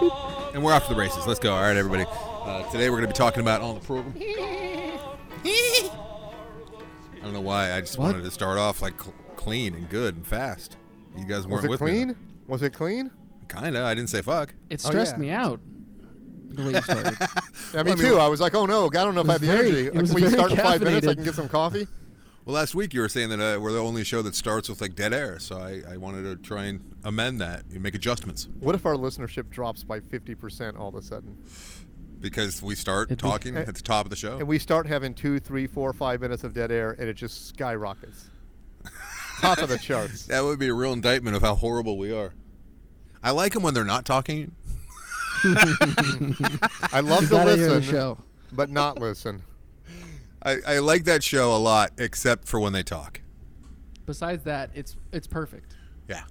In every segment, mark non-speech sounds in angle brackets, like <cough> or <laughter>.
we're off to the races. Let's go. All right, everybody. Uh, today we're going to be talking about on the program. I don't know why. I just What? wanted to start off like cl- clean and good and fast. You guys Was weren't it with clean? me. Was it clean? Kinda. I didn't say fuck. It Oh, stressed yeah. me out. The way <laughs> you started. Yeah, me Well, I mean- too. I was like, oh no, I don't know if I have the was very- energy. it Like, was will you very start in five minutes? I caffeinated. can get some coffee. Well, last week you were saying that uh, we're the only show that starts with like dead air, so I, I wanted to try and amend that and make adjustments What if our listenership drops by fifty percent all of a sudden, because we start It- talking uh, at the top of the show. and we start having two, three, four, five minutes of dead air, and it just skyrockets, top of <laughs> the charts? that would be a real indictment of how horrible we are. I like them when they're not talking. I love You to gotta hear listen, the show. but not listen. I, I like that show a lot, except for when they talk. Besides that, it's it's perfect. Yeah.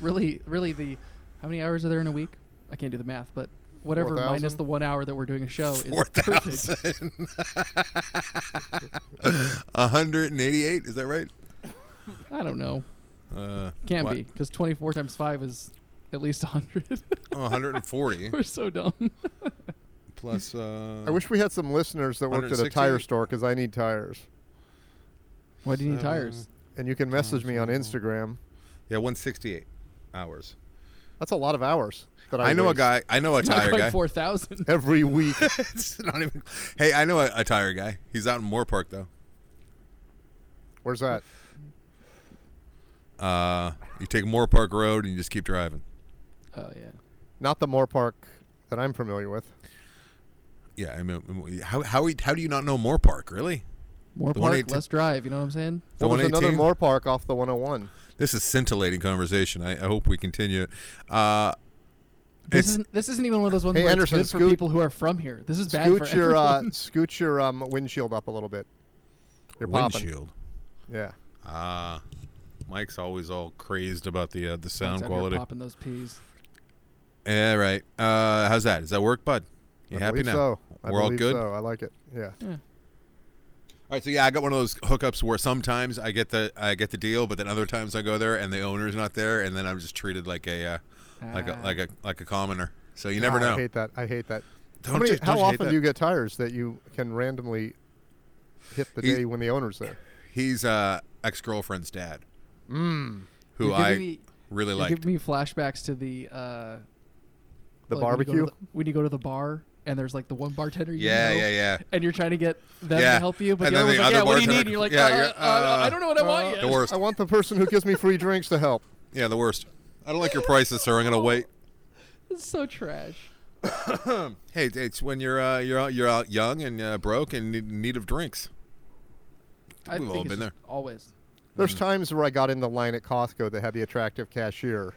Really, really the how many hours are there in a week? I can't do the math, but whatever minus 4,000? the one hour that we're doing a show Four is Oh, perfect. thousand. <laughs> 188, is that right? <laughs> I don't know. Uh, Can't what? be because 24 times five is at least <laughs> 100. Oh, <laughs> 140 we're <laughs> so dumb. plus. Uh, I wish we had some listeners that worked at a 160? tire store because I need tires. Why do you need Seven. tires? And you can message me on Instagram. Yeah, 168 hours. That's a lot of hours. That I, I, know a waste guy. I know a Not tire quite guy. <laughs> 4,000. every week. <laughs> It's not even. Hey, I know a, a tire guy. He's out in Moore Park though. Where's that? Uh, you take Moore Park Road and you just keep driving. Oh yeah. Not the Moore Park that I'm familiar with. Yeah, I mean, how how how do you not know Moore Park? Really? More The park, 118 less drive. You know what I'm saying? The There was another 118? Moore Park off the 101. This is scintillating conversation. I, I hope we continue. it. Uh, This It's- isn't, this isn't even one of those ones Hey, where Anderson, it's good for scoot- people who are from here. This is bad Scoot for your uh, everyone. <laughs> scoot your um, windshield up a little bit. You're popping. windshield. Yeah. Ah, Mike's always all crazed about the uh, the Sounds sound out here quality. Popping those peas. Yeah, right. Uh, how's that? Does that work, bud? You I happy believe now? So. I We're all believe good. So. I like it. Yeah. Yeah. All right, so yeah, I got one of those hookups where sometimes I get the I get the deal, but then other times I go there and the owner's not there, and then I'm just treated like a uh, like a Ah. like a like a commoner. So you never Ah, know. I hate that. I hate that. Don't how many- you- don't how you hate often that? do you get tires that you can randomly hit the He- day when the owner's there? He's uh, ex girlfriend's dad, Mm. who You're giving I me- really you're liked. giving me flashbacks to the uh, The like when you go to barbecue. the- when you go to the bar and there's like the one bartender. You yeah, know, yeah, yeah. And you're trying to get them Yeah. to help you, but And the then other one's the like, other "Yeah, what do you need?" bartender- And you're like, yeah, uh, you're- uh, uh, "I don't know what I want yet." The worst. I want the person who gives me free drinks to help. Yeah, the worst. I don't like your prices, sir. I'm gonna wait. It's so trash. Hey, it's when you're uh, you're out, you're out young and uh, broke and need- in need of drinks. I We've think all it's been just Always. There's Mm-hmm. times where I got in the line at Costco that had the attractive cashier.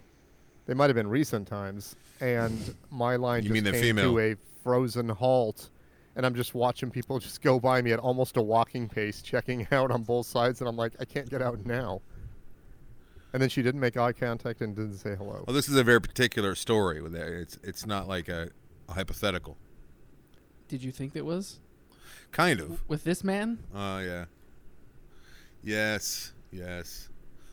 They might have been recent times, and my line You just mean the came female. to a frozen halt, and I'm just watching people <laughs> just go by me at almost a walking pace, checking <laughs> out on both sides, and I'm like, I can't get out now. And then she didn't make eye contact and didn't say hello. Well, this is a very particular story. with that. It's it's not like a, a hypothetical. Did you think it was Kind of. Mm-hmm. with this man? Oh yeah. Yes, yes.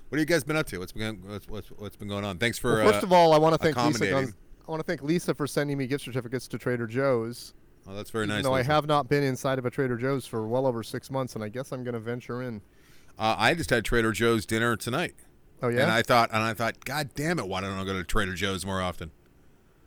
What have you guys been up to? What's been what's what's, what's been going on? Thanks for. Well, first uh, of all, I want to thank Lisa. accommodating. Gonz- I want to thank Lisa for sending me gift certificates to Trader Joe's. oh, that's very even nice. though Lisa. I have not been inside of a Trader Joe's for well over six months, and I guess I'm going to venture in. Uh, I just had Trader Joe's dinner tonight, Oh yeah. and I thought, and I thought, God damn it, why don't I go to Trader Joe's more often?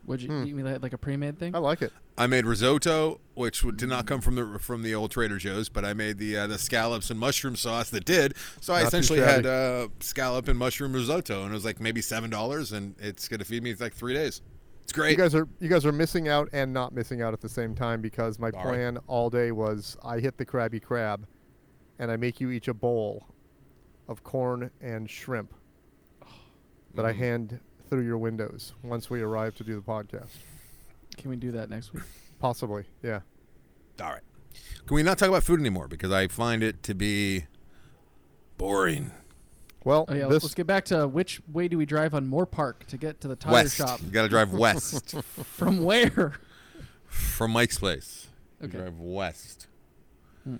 Would you, you mean like- like a pre-made thing? Hmm. I like it. I made risotto, which would- did not come from the from the old Trader Joe's, but I made the uh, the scallops and mushroom sauce that did. So I Not too essentially shabby. had uh, scallop and mushroom risotto, and it was like maybe seven dollars, and it's gonna feed me like three days. It's great. You guys are you guys are missing out and not missing out at the same time because my Sorry. plan all day was I hit the Krabby Crab, and I make you each a bowl of corn and shrimp that Mm. I hand through your windows once we arrive to do the podcast. Can we do that <laughs> next week? Possibly, yeah. All right. Can we not talk about food anymore? Because I find it to be boring. Well, Oh yeah, let's- this let's get back to which way do we drive on Moore Park to get to the tire west. shop? <laughs> You got to drive west From where? from Mike's place. You Okay. drive west. do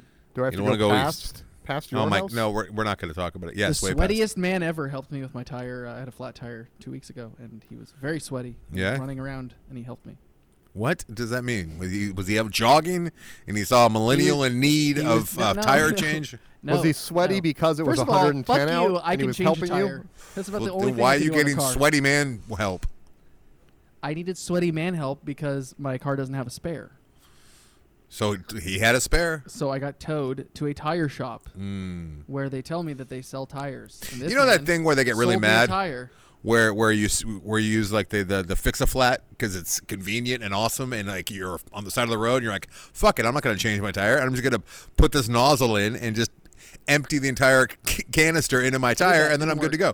I have You don't to go wanna go past east. past your Oh my! house? No, we're, we're not going to talk about it. Yes, the way past- sweatiest man ever helped me with my tire. Uh, I had a flat tire two weeks ago, and he was very sweaty. He was Yeah? running around, and he helped me. What does that mean? Was he, was he out jogging and he saw a millennial in need he of was- <laughs> no, uh, no, tire no. change? No, was he sweaty no. because it First was of all, 110 fuck out you. and I can he was change helping a tire. That's about Well, the only then thing why I are can you do on a getting car. sweaty man help? I needed sweaty man help because my car doesn't have a spare. So he had a spare. So I got towed to a tire shop Mm. where they tell me that they sell tires. And this You know that man thing where they get really sold me a mad? Tire. where where you s- where you use like the the, the fix a flat because it's convenient and awesome and like you're on the side of the road and you're like fuck it I'm not gonna change my tire I'm just gonna put this nozzle in and just empty the entire c- canister into my tire that and then I'm didn't good to go.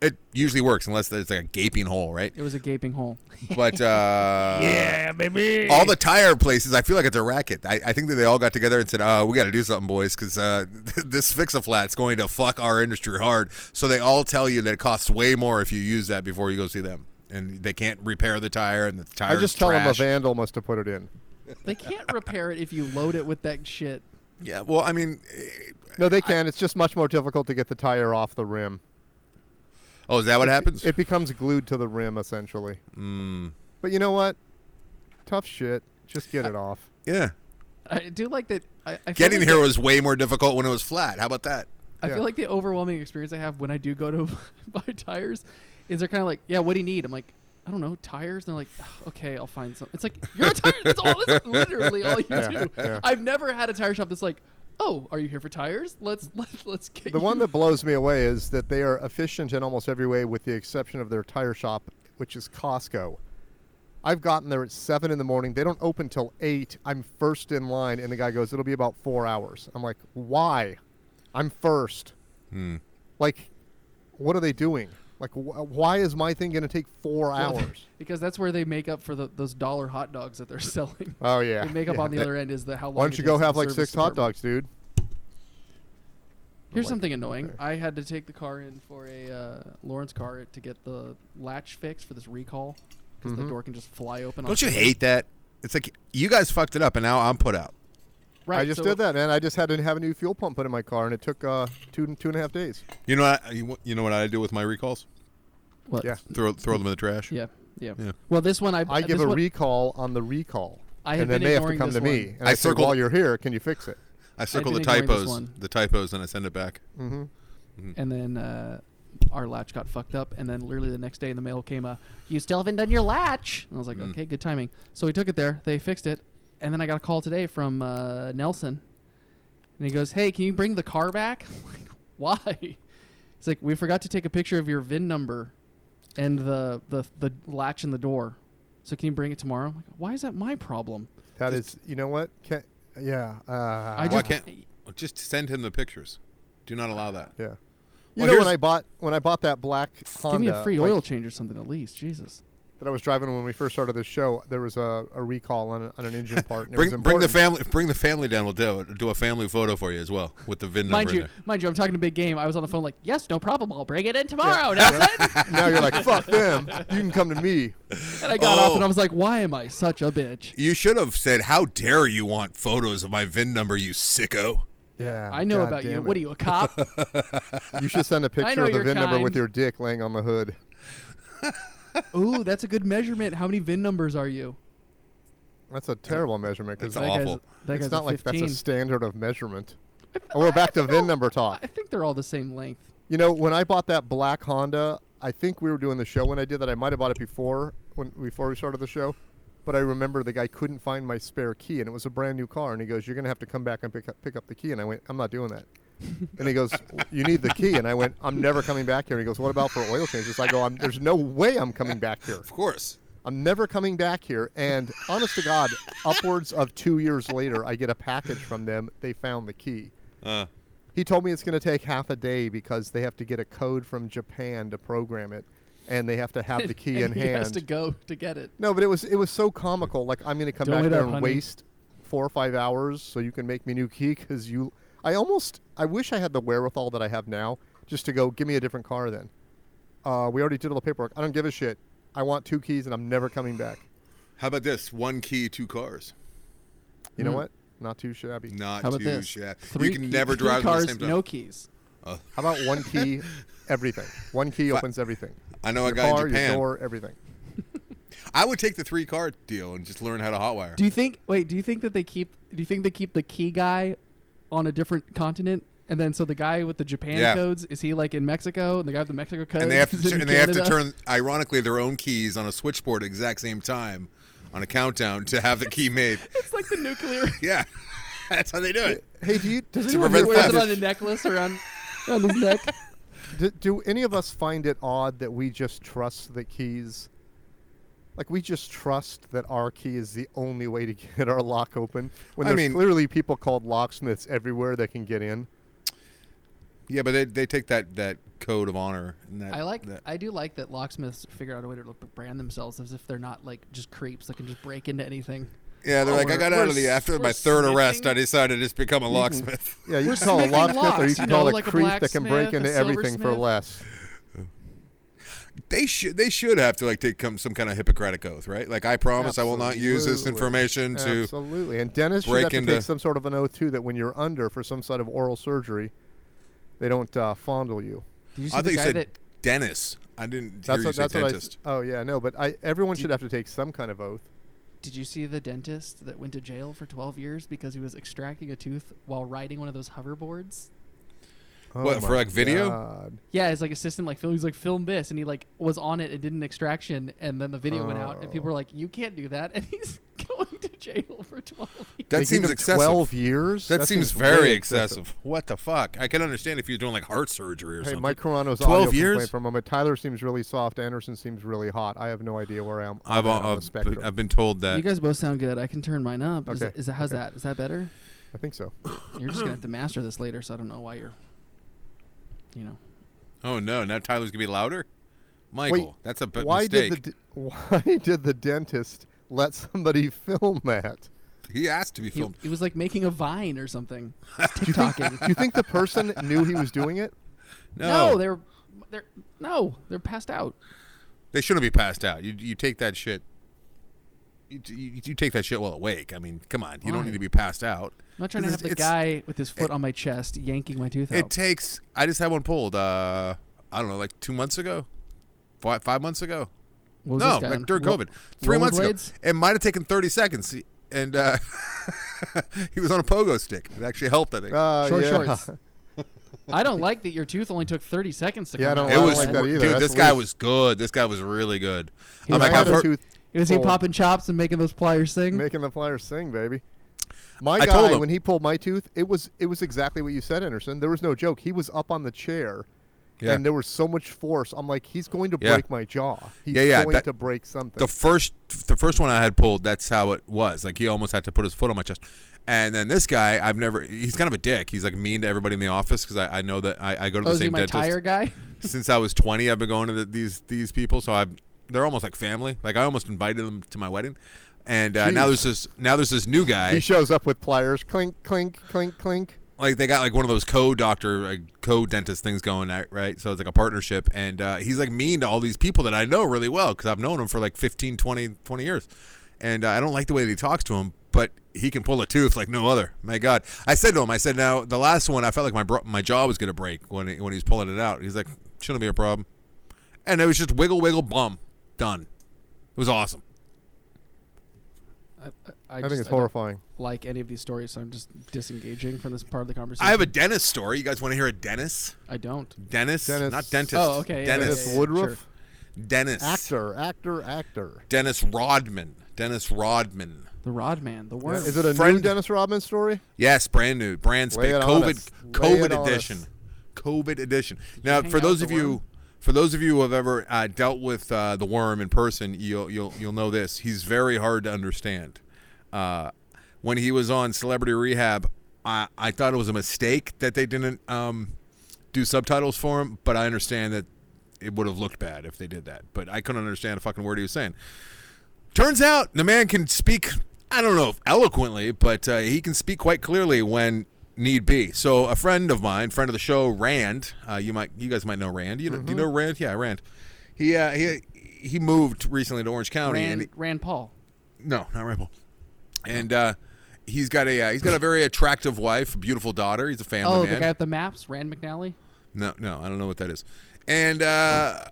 It usually works unless there's like a gaping hole, right? It was a gaping hole. But uh, baby. all the tire places, I feel like it's a racket. I, I think that they all got together and said, "Oh, we got to do something, boys, because uh, <laughs> this fix-a-flat's going to fuck our industry hard." So they all tell you that it costs way more if you use that before you go see them, and they can't repair the tire, and the I tire. just tell him a trash. vandal must have put it in. They can't repair it if you load it with that shit. Yeah, well, I mean, eh, No, they can. it's just much more difficult to get the tire off the rim. oh, is that what happens? Mm. It becomes glued to the rim essentially. But you know what? Tough shit. Just get it off. <laughs> yeah, I do like that. I, I feel getting like here that- was way more difficult when it was flat. How about that? I Yeah. feel like the overwhelming experience I have when I do go to <laughs> buy tires is they're kind of like, yeah, what do you need? I'm like, I don't know, tires. And they're like, "Ugh, okay, I'll find some. It's like you're a tire. That's all. <laughs> That's literally all you Yeah, do. yeah. I've never had a tire shop that's like, oh, are you here for tires? Let's <laughs> let's let's get The you one that blows me away is that they are efficient in almost every way, with the exception of their tire shop, which is Costco. I've gotten there at seven in the morning. They don't open till eight. I'm first in line, and the guy goes, "It'll be about four hours." I'm like, "Why? I'm first. Hmm. Like, what are they doing? Like, wh- why is my thing going to take four hours?" because that's where they make up for the, those dollar hot dogs that they're <laughs> selling. Oh yeah. They make up Yeah. on the other end is the how long. Why don't it you takes go to have like service six hot department. dogs, dude? Here's Like, something annoying. okay. I had to take the car in for a uh, Lawrence car to get the latch fixed for this recall because Mm-hmm. the door can just fly open. on Don't you its- hate that? It's like you guys fucked it up, and now I'm put out. Right. I just so did that, man. I just had to have a new fuel pump put in my car, and it took uh, two two and a half days. You know, what I, you, you know what I do with my recalls? What? Yeah. Throw throw them in the trash. Yeah. Yeah. Yeah. Well, this one I I give this a one- recall on the recall, I had and then been they have to ignoring come this to me. one. And I I, say, circled- while you're here, can you fix it? I circle the been ignoring this typos, one. the typos, and I send it back. Mm-hmm. and then uh, our latch got fucked up, and then literally the next day in the mail came a, "You still haven't done your latch," and I was like, "Okay, good timing." So we took it there. They fixed it, and then I got a call today from uh, Nelson, and he goes, "Hey, can you bring the car back?" <laughs> I'm like, why? He's like, "We forgot to take a picture of your VIN number, and the the the latch in the door." So can you bring it tomorrow? I'm like, why is that my problem? That is, you know what? Can, yeah. Uh, I Why just- can't just send him the pictures? Do not allow that. yeah. You Well, know here's- when I bought when I bought that black Honda Give me a free like, oil change or something at least. Jesus. that I was driving when we first started this show, there was a, a recall on, on an engine part. And it Bring was bring the important. family bring the family down. We'll do do a family photo for you as well with the VIN Mind number you, in mind you, I'm talking a big game. I was on the phone like, yes, no problem. I'll bring it in tomorrow. <laughs> Nelson." now you're like fuck them. You can come to me. and I got off and Oh. I was like, why am I such a bitch? there. You should have said, "How dare you want photos of my VIN number, you sicko!" Yeah. I know God about you. damn What are it. you, a cop? <laughs> You should send a picture know of the you're VIN number with kind. your dick laying on the hood. Ooh, that's a good measurement. How many VIN numbers are you? That's a terrible measurement because It's that guy's- awful. that it's guy's not a like that's 15. a standard of measurement. Oh, we're back to VIN number talk. I think they're all the same length. You know, when I bought that black Honda, I think we were doing the show when I did that. I might have bought it before when before we started the show, but I remember the guy couldn't find my spare key, and it was a brand new car. And he goes, "You're gonna have to come back and pick up, pick up the key." And I went, "I'm not doing that." and he goes, "You need the key." And I went, "I'm never coming back here." And he goes, "What about for oil changes?" I go, I'm, "There's no way I'm coming back here. Of course. I'm never coming back here." And honest to God, upwards of two years later, I get a package from them. They found the key. Uh, He told me it's going to take half a day because they have to get a code from Japan to program it, and they have to <laughs> have the key in <laughs> And he has hand. to go to get it. no, but it was it was so comical. Like I'm going to come Don't back it there up, and honey. waste four or five hours so you can make me new key because you. I almost I wish I had the wherewithal that I have now just to go give me a different car. Then uh, we already did all the paperwork. I don't give a shit. I want two keys and I'm never coming back. how about this? One key, two cars. You know Hmm. Mm. what? Not too shabby. Not How about too this? shabby. Three you can key- never three drive them at cars, the same time. no keys. How about <laughs> one key, everything? One key opens everything. I know a Your guy car, in your Japan. door, everything. I would take the three car deal and just learn how to hotwire. Do you think? Wait, do you think that they keep? Do you think they keep the key guy on a different continent? And then so the guy with the Japan Yeah. codes is he like in Mexico? And the guy with the Mexico codes and they have to is in and they have to Canada? turn ironically their own keys on a switchboard at the exact same time on a countdown to have the key made. <laughs> It's like <laughs> the nuclear. Yeah, that's how they do it. Hey, do you? Does To anyone prevent here Wears theft. it find on a necklace around <laughs> on his neck. do, do any of us find it odd that we just trust that keys like we just trust that our key is the only way to <laughs> get our lock open when I there's mean- clearly people called locksmiths everywhere that can get in Yeah, but they, they take that, that code of honor. And that, I like. that. I do like that locksmiths figure out a way to look, brand themselves as if they're not like just creeps that can just break into anything. Yeah, they're Oh, like I we're- got out we're of the after s- my we're third arrest. smithing? I decided to just become a Mm-hmm. locksmith. yeah you We're can call a smithing locksmith or you locks, can you call know, a like a creep that can break blacksmith, a into everything for silversmith. less They should they should have to like take come some kind of Hippocratic oath, right? Like I promise I will not use this Absolutely. information to. absolutely and dentists should break have to into- take some sort of an oath too that when you're under for some sort of oral surgery they don't uh, fondle you Did you see I thought the you guy said that Dennis. I didn't hear that's you what say that's what I, dentist. s- oh yeah no but I, everyone Do- should have to take some kind of oath Did you see the dentist that went to jail for 12 years because he was extracting a tooth while riding one of those hoverboards? Oh What, for, my like, video? God. Yeah, his like assistant like Phil, he's like film this, and he like was on it and did an extraction, and then the video went out, and people Oh. were like, "You can't do that,ss <laughs> and he's going to jail for 12 <laughs> years. That They give seems him excessive. Twelve years. That, seems, way very excessive. What the fuck? I can understand if you're doing like heart surgery or Hey, something. Mike Carano's 12 audio years? complaint from him. but Tyler seems really soft. Anderson seems really hot. I have no idea where I am I've, on the I've, spectrum. I've been told that. You guys both sound good. I can turn mine up. Is, Okay. that, is that how's that? Is that better? I think so. You're just <clears throat> gonna have to master this later, so I don't know why you're, you know. oh no! Now Tyler's gonna be louder. Michael, that's a b- why mistake. did the d- <laughs> why did the dentist let somebody <laughs> film that? he asked to be He, filmed. he was like making a vine <laughs> or something, TikToking. Do you think the person knew he was doing <laughs> it? no, they're they're no, they're passed out. they shouldn't be passed out. You you take that shit. You, you, you take that shit while awake. I mean, come on. You Why? don't need to be passed out. I'm not trying to Because have the it's- guy with his foot on my chest yanking my tooth It out. takes. I just had one pulled. Uh, I don't know, like two months ago, five, five months ago. What was No, this guy on? like during Ro- COVID, three months rollerblades? ago. It might have taken thirty seconds, He- and uh, <laughs> he was on a pogo stick. It actually helped, I think. Uh, Short yeah. <laughs> shorts. I don't like that your tooth only took 30 seconds to come Yeah, I out. don't- it was, like that either. dude. That's this guy weird. was good. This guy was really good. Um, He I'm was like, I've good. heard, Attitude- It was he Full. popping chops and making those pliers <laughs> sing? making the flyers sing, baby. My I guy, told him. when he pulled my tooth, it was it was exactly what you said, Anderson. There was no joke. He was up on the chair, Yeah. and there was so much force. I'm like, he's going to Yeah. break my jaw. He's Yeah, yeah, going that- to break something. the first the first one I had pulled, that's how it was. Like he almost had to put his foot on my chest. And then this guy, I've never. He's kind of a dick. He's like mean to everybody in the office because I, I know that I, I go to oh, the is he same my dentist <laughs> tire guy? since I was 20. I've been going to the, these these people, so I've they're almost like family. Like I almost invited them to my wedding, and uh, now Jeez. there's this now there's this new he guy. shows up with pliers, clink, clink, clink, clink. like they got like one of those co-doctor like, co-dentist things going at- right so it's like a partnership and uh, he's like mean to all these people that i know really well because i've known him for like 15 20 20 years and uh, i don't like the way that he talks to him but he can pull a tooth like no other my god i said to him i said now the last one i felt like my bro- my jaw was gonna break when he, when he was pulling it out he's like shouldn't be a problem and it was just wiggle wiggle bum done it was awesome I, I, think it's horrifying. like any of these stories, so I'm just disengaging from this part of the conversation. i have a dentist story you guys want to hear a dentist I don't. Dennis, Dennis. not dentist. Oh, okay, yeah, Dennis. Dennis yeah, yeah, Woodruff, sure. Dennis. actor, actor, actor. Dennis Rodman. Dennis Rodman. The Rod Man, the worm. Is it a new Friend- Dennis Rodman story? Yes, brand new, brand Lay spanking it on us. COVID, Lay it COVID on edition, us. COVID edition. Now, hang for out those with of the worm? you, for those of you who have ever uh, dealt with uh, the worm in person, you'll you'll you'll know this. He's very hard to understand. Uh, when he was on Celebrity Rehab, I I thought it was a mistake that they didn't um, do subtitles for him, but I understand that it would have looked bad if they did that. But I couldn't understand a fucking word he was saying. Turns out the man can speak, I don't know if eloquently, but uh, he can speak quite clearly when need be. So a friend of mine, friend of the show, Rand, uh, you might, you guys might know Rand. You know, Mm-hmm. Do you know Rand? Yeah, Rand. He uh, he he moved recently to Orange County, and Rand, he- Rand Paul. no, not Rand Paul. And uh, He's got a uh, he's got a very attractive wife, beautiful daughter. He's a family Oh, man. the guy with the maps, Rand McNally. No, no, I don't know what that is. And uh,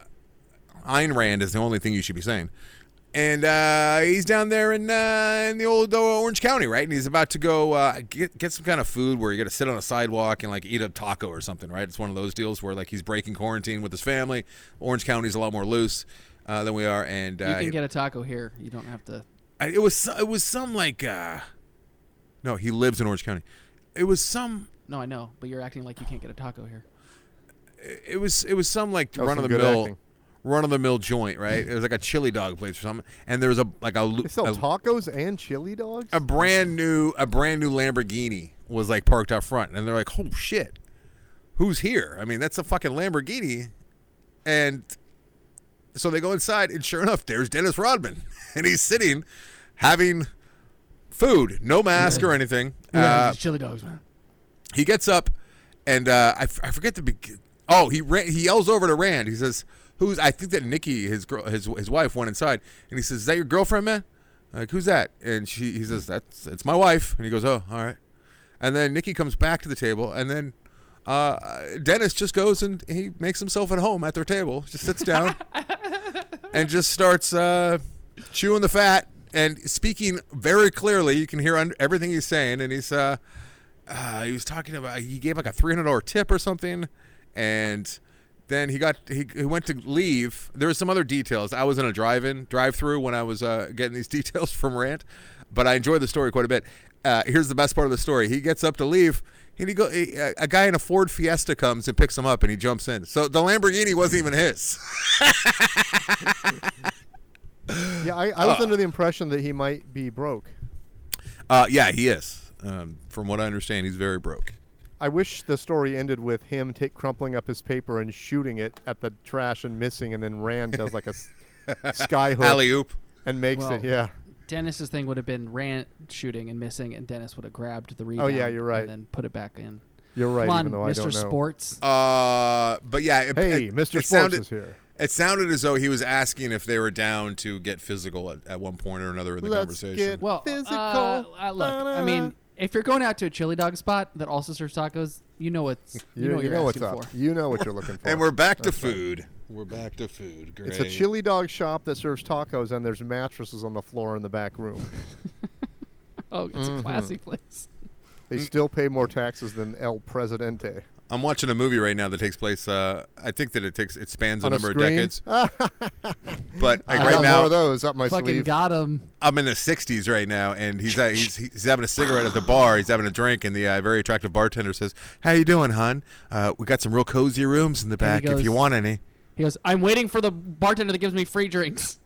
Ayn Rand is the only thing you should be saying. And uh, he's down there in uh, in the old uh, Orange County, right? And he's about to go uh, get get some kind of food where you got to sit on a sidewalk and like eat a taco or something, right? It's one of those deals where like he's breaking quarantine with his family. Orange County's a lot more loose uh, than we are, and uh, You can he- get a taco here. You don't have to. I- it was so- it was some like uh, no, he lives in Orange County. It was some No, I know, but you're acting like you can't get a taco here. it was it was some like was run some of the good mill acting. run of the mill joint, right? It was like a chili dog place or something. And there was a like a lu- They sell a, tacos and chili dogs. a brand new a brand new Lamborghini was like parked out front and they're like, "Oh shit. Who's here?" I mean, that's a fucking Lamborghini. And so they go inside and sure enough, there's Dennis Rodman <laughs> and he's sitting having food, no mask or anything. Uh, These chili dogs, man. he gets up and uh, I, f- I forget the beg- oh he ran, he yells over to Rand he says who's I think that Nikki his girl his his wife went inside and he says is that your girlfriend man like who's that and she he says that's it's my wife and he goes oh all right and then Nikki comes back to the table and then uh, Dennis just goes and he makes himself at home at their table just sits down and just starts uh, chewing the fat and speaking very clearly. You can hear un- everything he's saying, and he's uh, uh, he was talking about he gave like a three hundred dollar tip or something, and then he got he, he went to leave. There was some other details. I was in a drive-in drive-through when I was uh, getting these <laughs> details from Rant, but I enjoyed the story quite a bit. Uh, here's the best part of the story. He gets up to leave. And he go, a a guy in a Ford Fiesta comes and picks him up, and he jumps in. So the Lamborghini wasn't even his. <laughs> yeah, I, I was under the impression that he might be broke. Uh, yeah, he is. Um, from what I understand, he's very broke. I wish the story ended with him take crumpling up his paper and shooting it at the trash and missing, and then Rand does like a <laughs> s- sky hook Alley oop. and makes Well, it. Yeah, Dennis's thing would have been Rand shooting and missing, and Dennis would have grabbed the rebound. Oh, yeah, you're right. And then put it back in. you're right. Come on, even though I Mr. don't know. Sports. Uh, but yeah, it, Hey, it- Mr. It Sports sounded, is here. It sounded as though he was asking if they were down to get physical at, at one point or another in the Let's conversation. get- Well, Physical. uh, uh, look, I mean, if you're going out to a chili dog spot that also serves tacos, you <laughs> know what's you, You, know you what you're what's asking up. for. You know what you're looking <laughs> for. and we're back to food. We're back to food. Great. it's a chili dog shop that serves tacos, and there's mattresses on the floor in the back room. Oh, it's Mm-hmm. a <laughs> classy place. Mm. They still pay more taxes than El Presidente. I'm watching a movie right now that takes place. Uh, I think that it takes it spans a On a number of screen? Ah, decades. but like I right got more now, of those up my Fucking sleeve. got him. I'm in the 60s right now, and he's uh, he's he's having a cigarette at the bar. He's having a drink, and the uh, very attractive bartender says, "How you doing, hon? Uh, we got some real cozy rooms in the And back he if you goes- want any." He goes, I'm waiting for the bartender that gives me free drinks.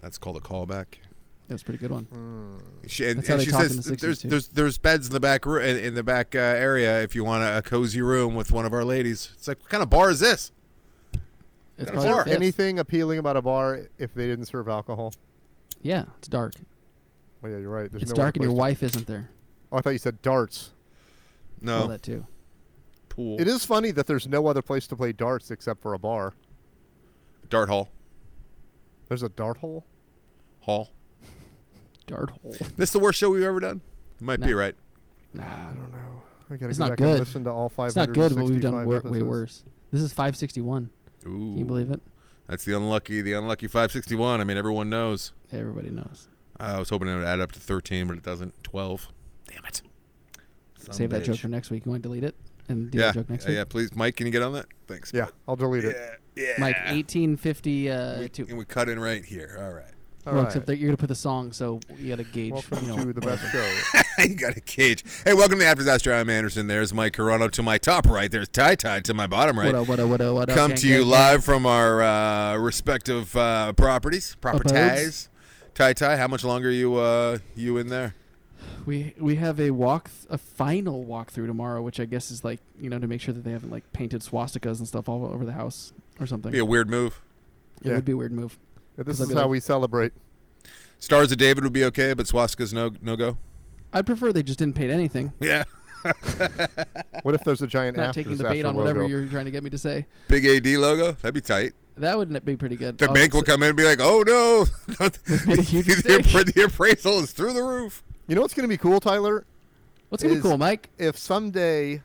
That's called a callback. That's a pretty good one. Mm. She, and, That's how and they she talk in says, the 60s "There's too. there's there's beds in the back room in, in the back uh, area if you want a, a cozy room with one of our ladies." It's like, what kind of bar is this? Is It's probably Is there the there fifth. anything appealing about a bar if they didn't serve alcohol? Yeah, it's dark. Well, yeah, you're right. There's it's no dark and other your place wife isn't there. to- Oh, I thought you said darts. No Well, that too. pool. It is funny that there's no other place to play darts except for a bar. dart hall There's a dart hole. hall. Dart hole. This is the worst show we've ever done. Might be No. right. Nah, I don't know. I gotta It's go not back good. and listen to all five. it's not good, but we've done wor- way worse. This is 561. Ooh, Can you believe it? that's the unlucky the unlucky 561. I mean, everyone knows. Everybody knows. I was hoping it would add up to 13, but it doesn't. 12. Damn it. Son Save of a that joke bitch. for next week. You want to delete it and do yeah. that joke next yeah, week? yeah, please. Mike, can you get on that? Thanks. Yeah, I'll delete it. Yeah. yeah. Mike, 1850. Uh, We, two. and we cut in right here. All right. <laughs> All well, right. except that you're gonna put the song, so you gotta gauge. Welcome you know, to the best <laughs> show. you got a cage. Hey, welcome to After Disaster. I'm Anderson. There's Mike Carano to my top right. There's Ty Ty to my bottom right. What up, what up, what up, what up, Come gang, to you gang, live from our uh, respective uh, properties, Uh-huh. properties. Ty Ty, how much longer are you uh, you in there? gang. We we have a walk, a final walkthrough tomorrow, which I guess is like you know to make sure that they haven't like painted swastikas and stuff all over the house or something. Be a weird move. It Yeah. would be a weird move. If this I'll is be how like- we celebrate. Stars of David would be okay, but Swastika's no no go. <laughs> I'd prefer they just didn't paint anything. Yeah. What if there's a giant Not after taking the disaster bait on whatever logo? you're trying to get me to say. Big AD logo. That'd be tight. That would not be pretty good. The Oh, bank will it's- <laughs> come in and be like, "Oh no, made a <laughs> huge the, mistake." appra- the appraisal is through the roof." You know what's going to be cool, Tyler? What's gonna be Is- cool, Mike? If someday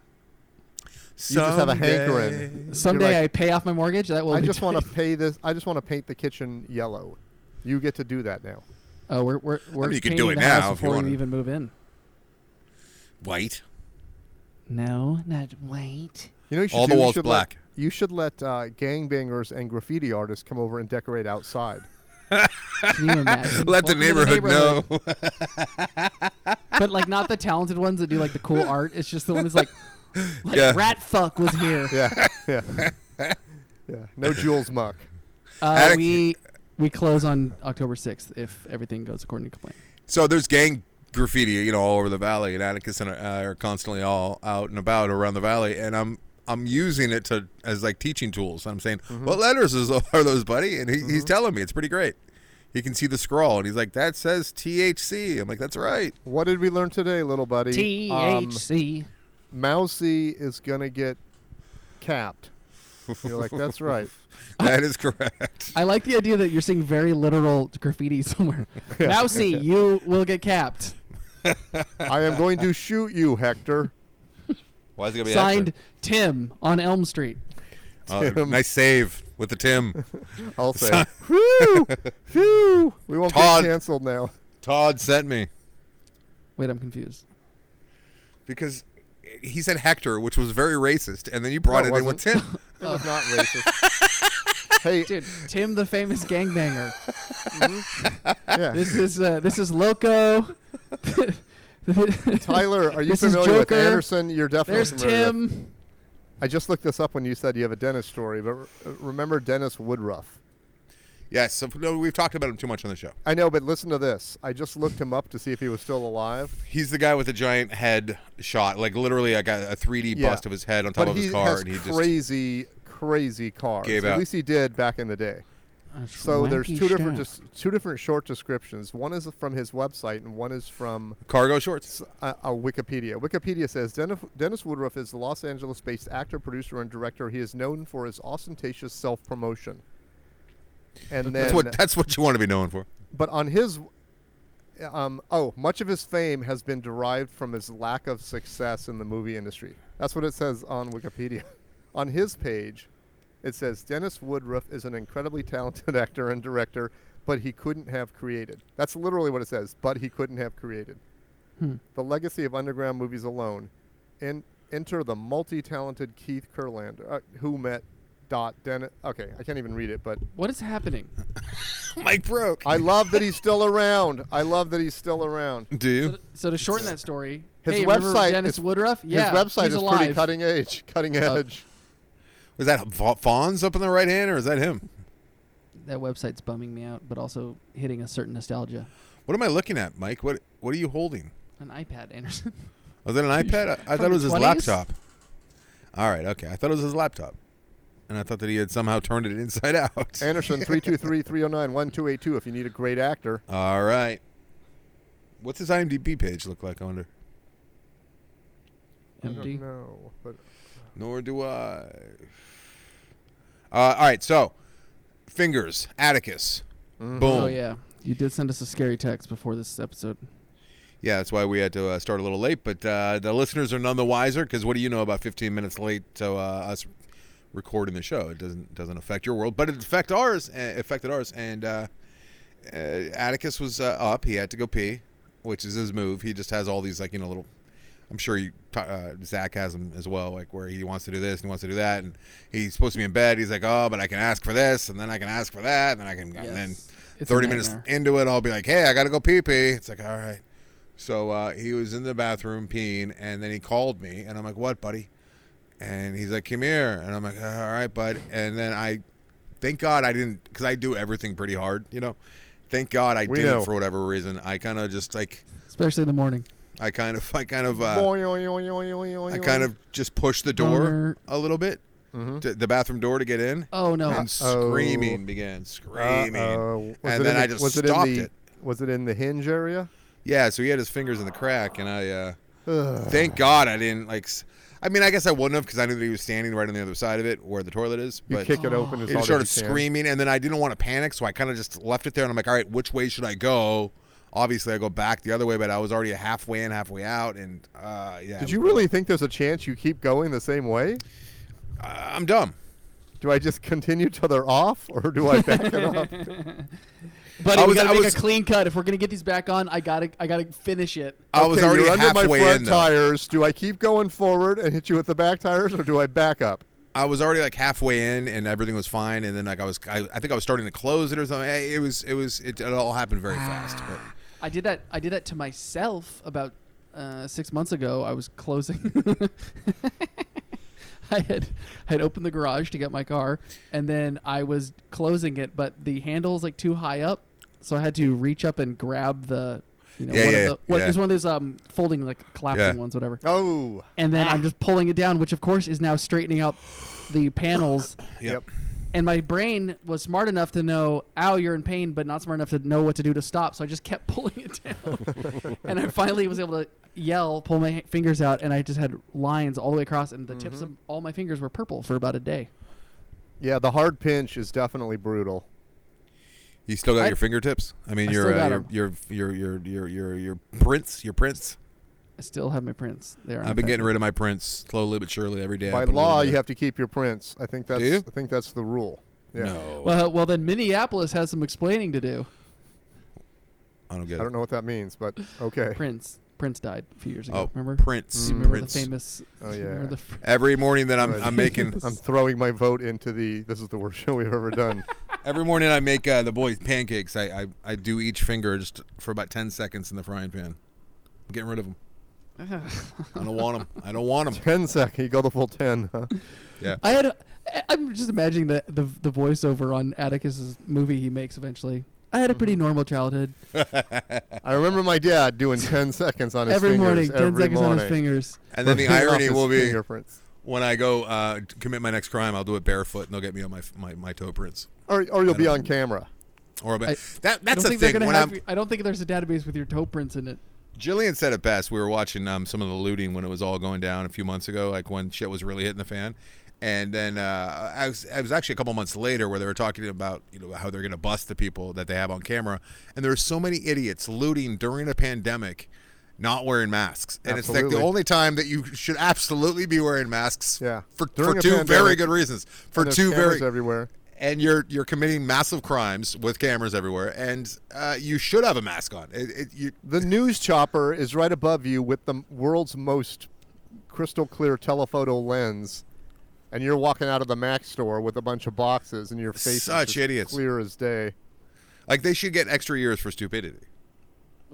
You just have a hankering. Someday like- I pay off my mortgage. That will. I be just want tight. to pay this, I just want to paint the kitchen yellow. You get to do that now. <laughs> Oh, we're we're, we're mean, you can painting do it the house now if you before wanted. we even move in. White. No, not white. You know, what you should All the do? You walls should black. Let, you should let uh, gangbangers and graffiti artists come over and <laughs> decorate outside. Can you imagine? Let the Welcome to neighborhood, neighborhood. know. <laughs> <laughs> But like not the talented ones that do like <laughs> the cool art. It's just the one that's like, like Yeah. rat fuck was here. <laughs> Yeah, yeah, yeah. No Jules Muck. Uh, Attic- we we close on October sixth if everything goes according to plan. So there's gang graffiti, you know, all over the valley, and Atticus and I are constantly all out and about around the valley, and I'm I'm using it to as like teaching tools. I'm saying, Mm-hmm. "What letters is, <laughs> are those, buddy?" And he, he's telling me it's pretty great. He can see the scrawl, and he's like, "That says THC." I'm like, "That's <laughs> right." What did we learn today, little buddy? Um, THC. Mousy is gonna get capped. You're like, that's right. That is correct. I like the idea that you're seeing very literal graffiti <laughs> somewhere. Mousy, you will get capped. I am going to shoot you, Hector. Why is it gonna be Signed Tim on Elm Street. extra? Uh, Tim. nice save with the <laughs> Tim. I'll <laughs> say, whew, whew. We won't Todd. get canceled now. Todd sent me Wait, I'm confused. because he said Hector, which was very racist, and then you brought No, it, it in with Tim. <laughs> It was not <laughs> racist. hey, Dude, Tim the famous gangbanger. yeah. This is uh, this is Loco. <laughs> Tyler, are you this is familiar with Joker. Anderson? You're definitely <laughs> There's familiar with- Tim. I just looked this up when you said you have a Dennis story, but re- remember Dennis Woodruff. yes, so, no, we've talked about him too much on the show. I know, but listen to this. I just looked him up to see if he was still alive. He's the guy with the giant head shot, like literally like a, a 3D Yeah. bust of his head on top But of he his car, has and he just crazy, crazy cars. Gave At out. least he did back in the day. So there's two different dis- two different short descriptions. One is from his website, and one is from cargo shorts. uh, uh, Wikipedia. Wikipedia says Dennis, Dennis Woodruff is the Los Angeles based actor, producer, and director. He is known for his ostentatious self promotion. And then, That's what that's what you want to be known for. <laughs> but on his, um, oh, much of his fame has been derived from his lack of success in the movie industry. That's what it says on Wikipedia. <laughs> on his page, it says Dennis Woodruff is an incredibly talented <laughs> actor and director, but he couldn't have created. That's literally what it says. But he couldn't have created. The legacy of underground movies alone, and enter the multi-talented Keith Kurlander, uh, who met Dot Dennis. Okay, I can't even read it, but What is happening? Mike broke. I love that he's still around. I love that he's still around. Do you? So to shorten that story, His hey, remember website Dennis is- Woodruff. Yeah, His website he's is alive. pretty cutting edge. Cutting Uh, edge. Was that Fa- Fonz up in the right hand, or is that him? That website's bumming me out, but also hitting a certain nostalgia. What am I looking at, Mike? What what are you holding? An iPad, Anderson. <laughs> Was Oh, that an iPad? I, I thought it was his 20s? laptop. All right, okay. I thought it was his laptop, and I thought that he had somehow turned it <laughs> inside out. Anderson 323-309-1282 if you need a great actor. All right. What's his IMDb page look like? I wonder. Empty. No, but Nor do I. Uh, all right, so fingers, Atticus, Mm. boom. Oh yeah, you did send us a scary text before this episode. Yeah, that's why we had to uh, start a little late, but uh, the listeners are none the wiser because what do you know about 15 minutes late to uh, us recording the show? It doesn't doesn't affect your world, but it affect ours. Uh, affected ours, and uh, uh, Atticus was uh, up. He had to go pee, which is his move. He just has all these like you know little. I'm sure you, uh, Zach has them as well, like where he wants to do this and he wants to do that, and he's supposed to be in bed. He's like, oh, but I can ask for this, and then I can ask for that, and then I can, and then Yes. It's a 30 minutes nightmare. into it, I'll be like, hey, I gotta go pee pee. It's like, all right. So uh, he was in the bathroom peeing, and then he called me, and I'm like, what, buddy? And he's like, come here. And I'm like, all right, bud. And then I, thank God I didn't, because I do everything pretty hard, you know? Thank God I We didn't know. for whatever reason. I kind of just like, Especially in the morning. I kind of, <laughs> I kind of, uh, I I kind of just pushed the door Boner. a little bit, Mm-hmm. to the bathroom door to get in, Oh no. and screaming began, screaming. And then I just was stopped it, in the, it. Was it in the hinge area? Yeah, so he had his fingers in the crack, and I, uh, Ugh. thank God I didn't like. s- I mean, I guess I wouldn't have because I knew that he was standing right on the other side of it where the toilet is. You But kick it open as he hard started as you can. screaming, and then I didn't want to panic, so I kind of just left it there, and I'm like, all right, which way should I go? obviously I go back the other way, but I was already halfway in, halfway out, and uh, yeah. it Did was you bad. really think there's a chance you keep going the same way? Uh, I'm dumb. Do I just continue till they're off, or do I back <laughs> it up? But I we was- gotta I make was- a clean cut. If we're gonna get these back on, I gotta I gotta finish it. I was Okay, already you're under halfway my front in. Though. tires. Do I keep going forward and hit you with the back tires, or do I back up? I was already like halfway in, and everything was fine. And then like I was, I, I think I was starting to close it or something. Hey, It was, it was, it, it all happened very fast. But I did that. I did that to myself about uh, six months ago. I was closing. <laughs> I had I had opened the garage to get my car, and then I was closing it, but the handle's like too high up, so I had to reach up and grab the. You know, Yeah, one yeah, of the, what, yeah. It's one of those um, folding, like collapsing Yeah. ones, whatever. Oh, And then I'm just pulling it down, which of course is now straightening out the panels yep. and my brain was smart enough to know, ow, you're in pain, but not smart enough to know what to do to stop. So I just kept <laughs> pulling it down, and I finally was able to yell, pull my fingers out, and I just had lines all the way across, and the Mm-hmm. tips of all my fingers were purple for about a day. yeah. The hard pinch is definitely brutal. You still got I- your fingertips. I mean, I your, still got uh, 'em. your, your, your, your, your, your, your prints, your prints. I still have my prints there. I've been getting rid of my prints slowly but surely every day. I By put a little law, bit- you have to keep your prints. I think that's. you? I think that's the rule. Yeah. No, Well, well, then Minneapolis has some explaining to do. I don't get I don't it. know what that means, but okay. Prince, Prince died a few years ago. Oh, remember? prints, Do you remember prints. the famous? Oh, do you remember yeah. the fr- Every morning that I'm, Good. I'm <laughs> making, I'm throwing my vote into the. This is the worst <laughs> show we've <laughs> ever done. every morning I make uh, the boys pancakes. I, I, I do each finger just for about ten seconds in the frying pan. I'm getting rid of them. <laughs> I don't want them. I don't want them. ten second. You go the full ten. <laughs> Huh? <laughs> Yeah. I had. I- I'm just imagining the, the the voiceover on Atticus's movie he makes eventually. I had a Mm-hmm. pretty normal childhood. I remember my dad doing ten seconds on his every fingers morning, ten every seconds morning. on his fingers. And then the Rubbing off irony his will be fingerprints. when I go uh, to commit my next crime, I'll do it barefoot, and they'll get me on my my, my toe prints. Or, or you'll be don't- on camera. Or about, I- that I that's don't the think they're thing. gonna When have. I'm, your- I don't think there's a database with your toe prints in it. Jillian said it best. We were watching um, some of the looting when it was all going down a few months ago, like when shit was really hitting the fan. And then uh, I was, I was actually a couple months later where they were talking about you know how they're going to bust the people that they have on camera, and there were so many idiots looting during a pandemic, not wearing masks, and it's like Absolutely. the only time that you should absolutely be wearing masks. Yeah. for, During for a two very pandemic, good reasons. For There's two cameras very everywhere. and you're you're committing massive crimes with cameras everywhere, and uh, you should have a mask on. It, it, you, The news chopper is right above you with the world's most crystal clear telephoto lens, and you're walking out of the Mac store with a bunch of boxes, and your face Such is just idiots. clear as day. Like they should get extra years for stupidity.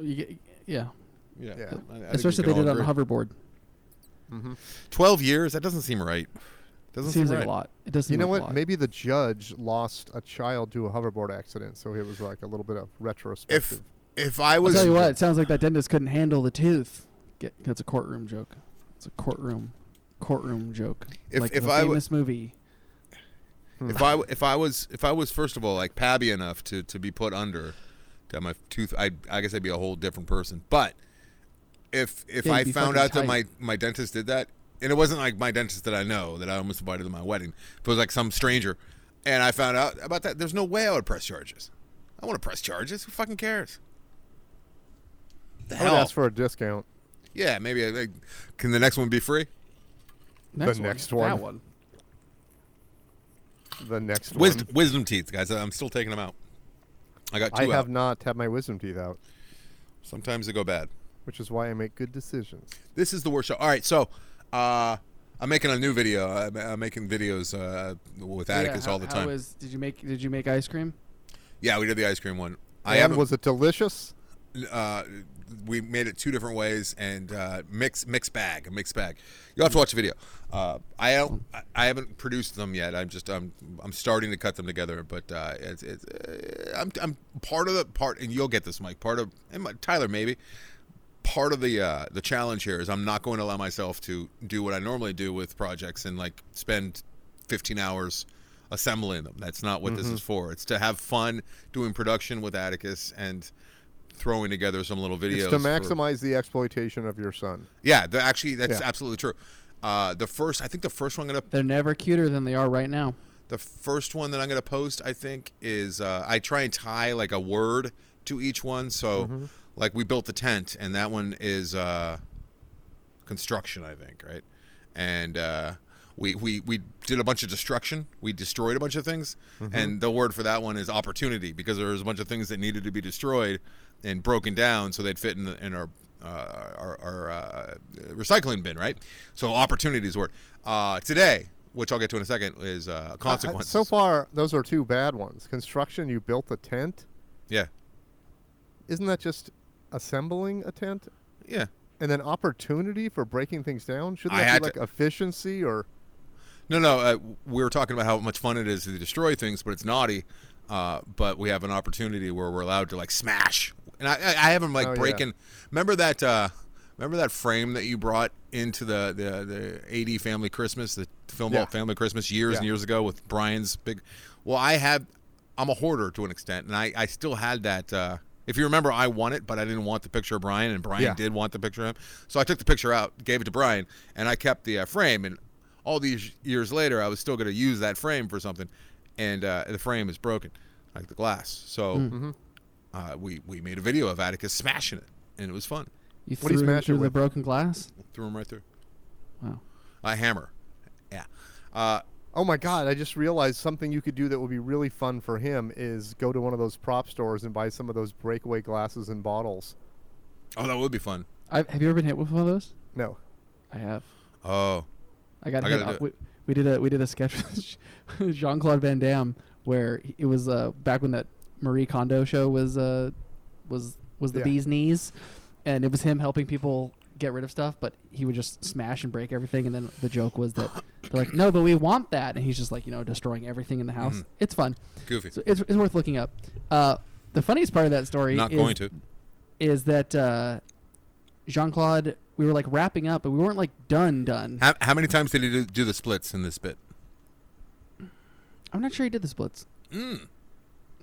You get, yeah, I- Yeah. I think especially we if they can did it all on a agree. hoverboard. Mm-hmm. Twelve years. That doesn't seem right. Doesn't It seems seem like right. a lot. It doesn't. You know like a what? lot. Maybe the judge lost a child to a hoverboard accident, so it was like a little bit of If retrospective. if I I'll was tell you what. It sounds like that dentist couldn't handle the tooth. Get, that's a courtroom joke. It's a courtroom, courtroom joke. If- like if the I w- famous movie. if I if I was if I was first of all like pabby enough to to be put under, to have my tooth. I I guess I'd be a whole different person. But if if Yeah, you'd I be found fucking out that my tight. my dentist did that, and it wasn't like my dentist that I know that I almost invited to my wedding. If it was like some stranger, and I found out about that, there's no way I would press charges. I want to press charges. Who fucking cares? The I would hell? ask for a discount. Yeah, maybe. I, like, can the next one be free? Next one. next one. That one. The next Wisdom, one. wisdom teeth, guys. I'm still taking them out. I got two I out. have not had my wisdom teeth out, Sometimes they go bad. which is why I make good decisions. This is the worst show. All right, so uh, I'm making a new video. I'm, I'm making videos uh, with Yeah, Atticus how- all the how time. is- did you make? Did you make ice cream? yeah, we did the ice cream one. I And haven't. was it delicious? uh, we made it two different ways and uh, mix mix bag a mixed bag. You'll have to watch the video. Uh, I don't. I- I haven't produced them yet. I'm just. I'm. I'm starting to cut them together. But uh, it's. it's uh, I'm. I'm part of the part, and you'll get this, Mike. Part of and my, Tyler maybe. Part of the uh, the challenge here is I'm not going to allow myself to do what I normally do with projects and like spend 15 hours assembling them. That's not what Mm-hmm. this is for. It's to have fun doing production with Atticus and throwing together some little videos. It's to for- maximize the exploitation of your son. yeah, the, actually, that's Yeah. absolutely true. Uh, the first, I think, the first one I'm gonna, They're never cuter than they are right now. the first one that I'm Mm-hmm. gonna post, I think, is uh, I try and tie like a word to each one. So, like we built the tent and that one is uh construction i think right and uh we, we, we did a bunch of destruction. We destroyed a bunch of things. And the word for that one is opportunity because there was a bunch of things that needed to be destroyed and broken down so they'd fit in, the, in our, uh, our, our uh, recycling bin, right? So opportunity is the word. Uh, today, which I'll get to in a second, is uh, I- I- consequences. So far, those are two bad ones. Construction, you built a tent. Yeah. Isn't that just assembling a tent? Yeah. And then opportunity for breaking things down? Shouldn't I that had be like to- efficiency or No, no. Uh, we were talking about how much fun it is to destroy things, but it's naughty. Uh, but we have an opportunity where we're allowed to like smash, and I, I I have them like Oh, yeah. breaking. Remember that? Uh, remember that frame that you brought into the the the AD Family Christmas, the film Yeah. about Family Christmas years and Yeah. years ago with Brian's big. Well, I had. I'm a hoarder to an extent, and I I still had that. Uh, if you remember, I won it, but I didn't want the picture of Brian, and Brian Yeah. did want the picture of him. So I took the picture out, gave it to Brian, and I kept the uh, frame. And all these years later, I was still going to use that frame for something, and uh, the frame is broken, like the glass. So Hmm. mm-hmm. uh, we we made a video of Atticus smashing it, and it was fun. You What do you threw him smash it through the with? broken glass. Threw him right through. Wow. A hammer. Yeah. Uh, Oh my god, I just realized something you could do that would be really fun for him is go to one of those prop stores and buy some of those breakaway glasses and bottles. oh, that would be fun. i have you ever been hit with one of those? No. I have. Oh, I got I hit. gotta up- do we, we did a we did a sketch <laughs> with Jean Claude Van Damme where he- it was uh, back when that Marie Kondo show was uh, was was the Yeah. bee's knees, and it was him helping people get rid of stuff, but he would just smash and break everything, and then the joke was that they're like, no, but we want that, and he's just like you know destroying everything in the house. Mhm. It's fun. goofy. So it's, it's worth looking up. Uh, the funniest part of that story Not is, going to. is that uh, Jean Claude. We were like wrapping up, but we weren't like done done. How, how many times did he do, do the splits in this bit? I'm not sure he did the splits. <laughs> Mm.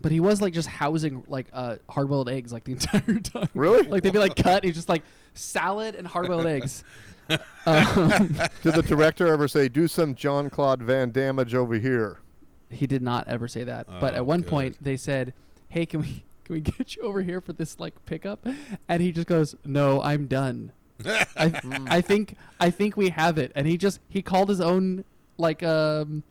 But he was like just housing like uh, hard-boiled eggs like the <laughs> entire time. Really? Like they'd be like cut. He's just like salad and <laughs> hard-boiled eggs. Um, <laughs> Did the director ever say, do some John Claude Van Damage over here? he did not ever say that. but Oh, at one good. point they said, "Hey, can we can we get you over here for this like pickup?" And he just goes, "No, I'm done. <laughs> I Mm. I think I think we have it." And he just he called his own like um.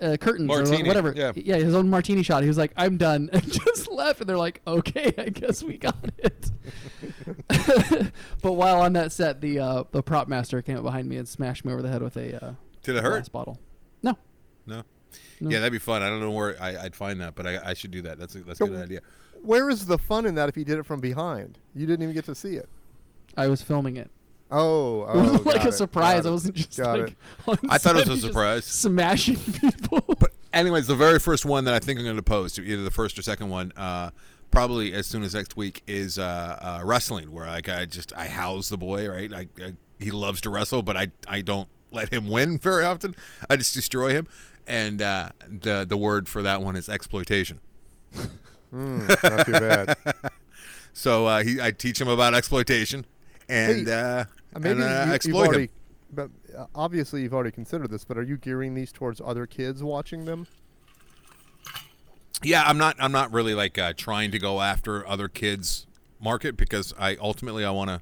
Uh, curtains Martini, or whatever. yeah. his own martini shot. He was like, "I'm done," <laughs> and just left. And they're like, "Okay, I guess we got it." <laughs> but while on that set, the uh, the prop master came up behind me and smashed me over the head with a uh, Did it glass hurt? bottle. No, No. No. Yeah, that'd be fun. I don't know where I, I'd find that, but I, I should do that. That's a, that's a good idea. Where is the fun in that if he did it from behind? You didn't even get to see it. I was filming it. <laughs> Oh, It was oh like got a it, surprise. got I it, wasn't just got like. it. <laughs> on I thought it set, was a just surprise. Smashing <laughs> people. Anyways, the very first one that I think I'm going to post, either the first or second one, uh, probably as soon as next week, is uh, uh, wrestling, where like I just I house the boy, right? I, I he loves to wrestle, but I I don't let him win very often. I just destroy him, and uh, the the word for that one is exploitation. Mm, not too <laughs> bad. So uh, he I teach him about exploitation, and Hey, uh, Maybe and, uh, you, you've exploit already, him. but uh, obviously you've already considered this. But are you gearing these towards other kids watching them? Yeah, I'm not. I'm not really like uh, trying to go after other kids' market because I ultimately I want to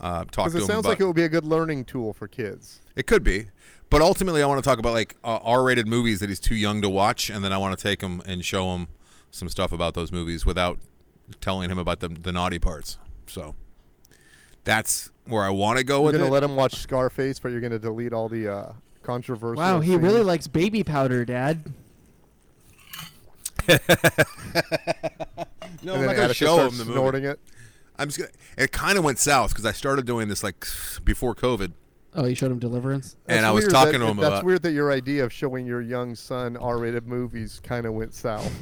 uh, talk to Because it them sounds about. like it would be a good learning tool for kids. It could be, but ultimately, I want to talk about like uh, R-rated movies that he's too young to watch, and then I want to take him and show him some stuff about those movies without telling him about the, the naughty parts. So that's where I want to go You're with gonna it. let him watch Scarface, but you're gonna delete all the uh, controversial. wow, he really scenes? likes baby powder, Dad. no, And I'm then not going to Atticus show starts him the movie. snorting it. I'm just gonna, it kind of went south because I started doing this like before COVID, Oh, you showed him Deliverance. and That's I was weird talking that, to him That's about. weird that your idea of showing your young son R-rated movies kind of went south.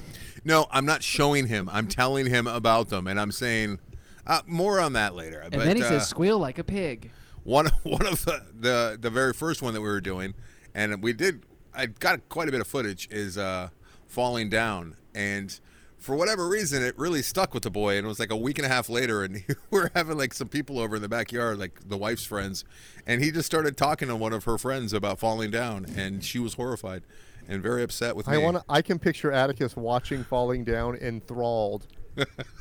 No, I'm not showing him. I'm telling him about them, and I'm saying uh, more on that later. And then he uh, says, "Squeal like a pig." one <laughs> one of the, the the very first one that we were doing, and we did. I got quite a bit of footage. Is uh, falling down, and for whatever reason, it really stuck with the boy. And it was like a week and a half later, and <laughs> we're having like some people over in the backyard, like the wife's friends, and he just started talking to one of her friends about falling down, and she was horrified and very upset with I me. <laughs> want to. I can picture Atticus watching Falling Down, enthralled,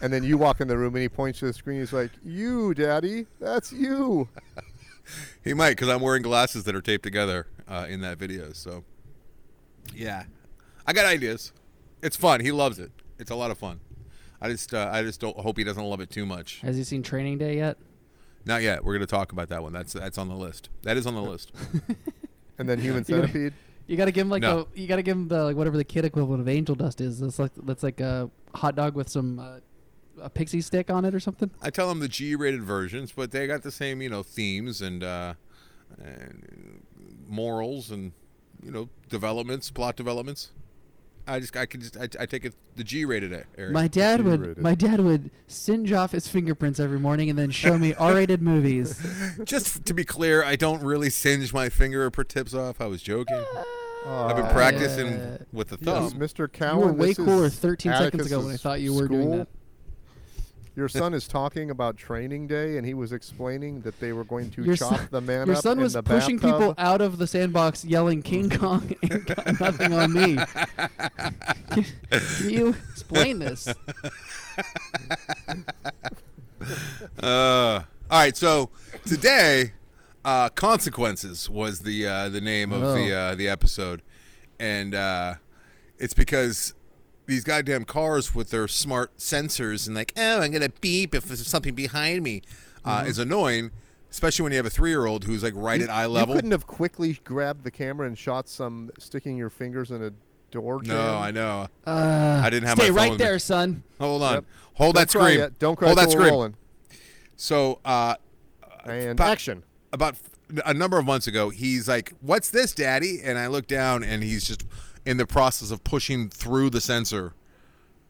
and then you walk in the room and he points to the screen. He's like, "You, Daddy, that's you." He might because I'm wearing glasses that are taped together uh, in that video. So, yeah, I got ideas. It's fun. He loves it. It's a lot of fun. I just, uh, I just don't hope he doesn't love it too much. Has he seen Training Day yet? Not yet. We're gonna talk about that one. That's that's on the list. That is on the list. And <laughs> then human You gotta- centipede. You gotta give him like No. the you gotta give him the like whatever the kid equivalent of angel dust is. That's like that's like a hot dog with some uh, a pixie stick on it or something. I tell them the G-rated versions, but they got the same, you know, themes and, uh, and morals and you know developments, plot developments. I just, I can just, I, I take it the G-rated e-, a- area. My dad would G-rated. my dad would singe off his fingerprints every morning and then show me R-rated movies. just to be clear, I don't really singe my finger or tips off. I was joking. I've been Uh, practicing yeah. with the Yes, thumb. Mr. Cowan. you were way this is cooler 13 seconds ago Atticus's when I thought you were doing school. that. Your son is talking about training day, and he was explaining that they were going to Your chop son- the man Your up son in was the pushing people bathtub. out of the sandbox, yelling "King Kong" <laughs> and got nothing on me. Can you explain this? <laughs> Uh, all right, so today, uh, consequences was the uh, the name of the Oh. uh, the episode, and uh, it's because these goddamn cars with their smart sensors and like, oh, I'm gonna beep if there's something behind me, Mm-hmm. uh, is annoying, especially when you have a three year old who's like right at eye You level. couldn't have quickly grabbed the camera and shot some sticking your fingers in a door. No, jam? I know. Uh, I didn't have my stay phone right with me. there, son. Hold on, Yep. hold Don't that cry scream. yet. Don't cry. Hold that till we're scream. rolling. So, uh, And But- action. about f- a number of months ago, he's like, "What's this, Daddy?" And I look down, and he's just in the process of pushing through the sensor,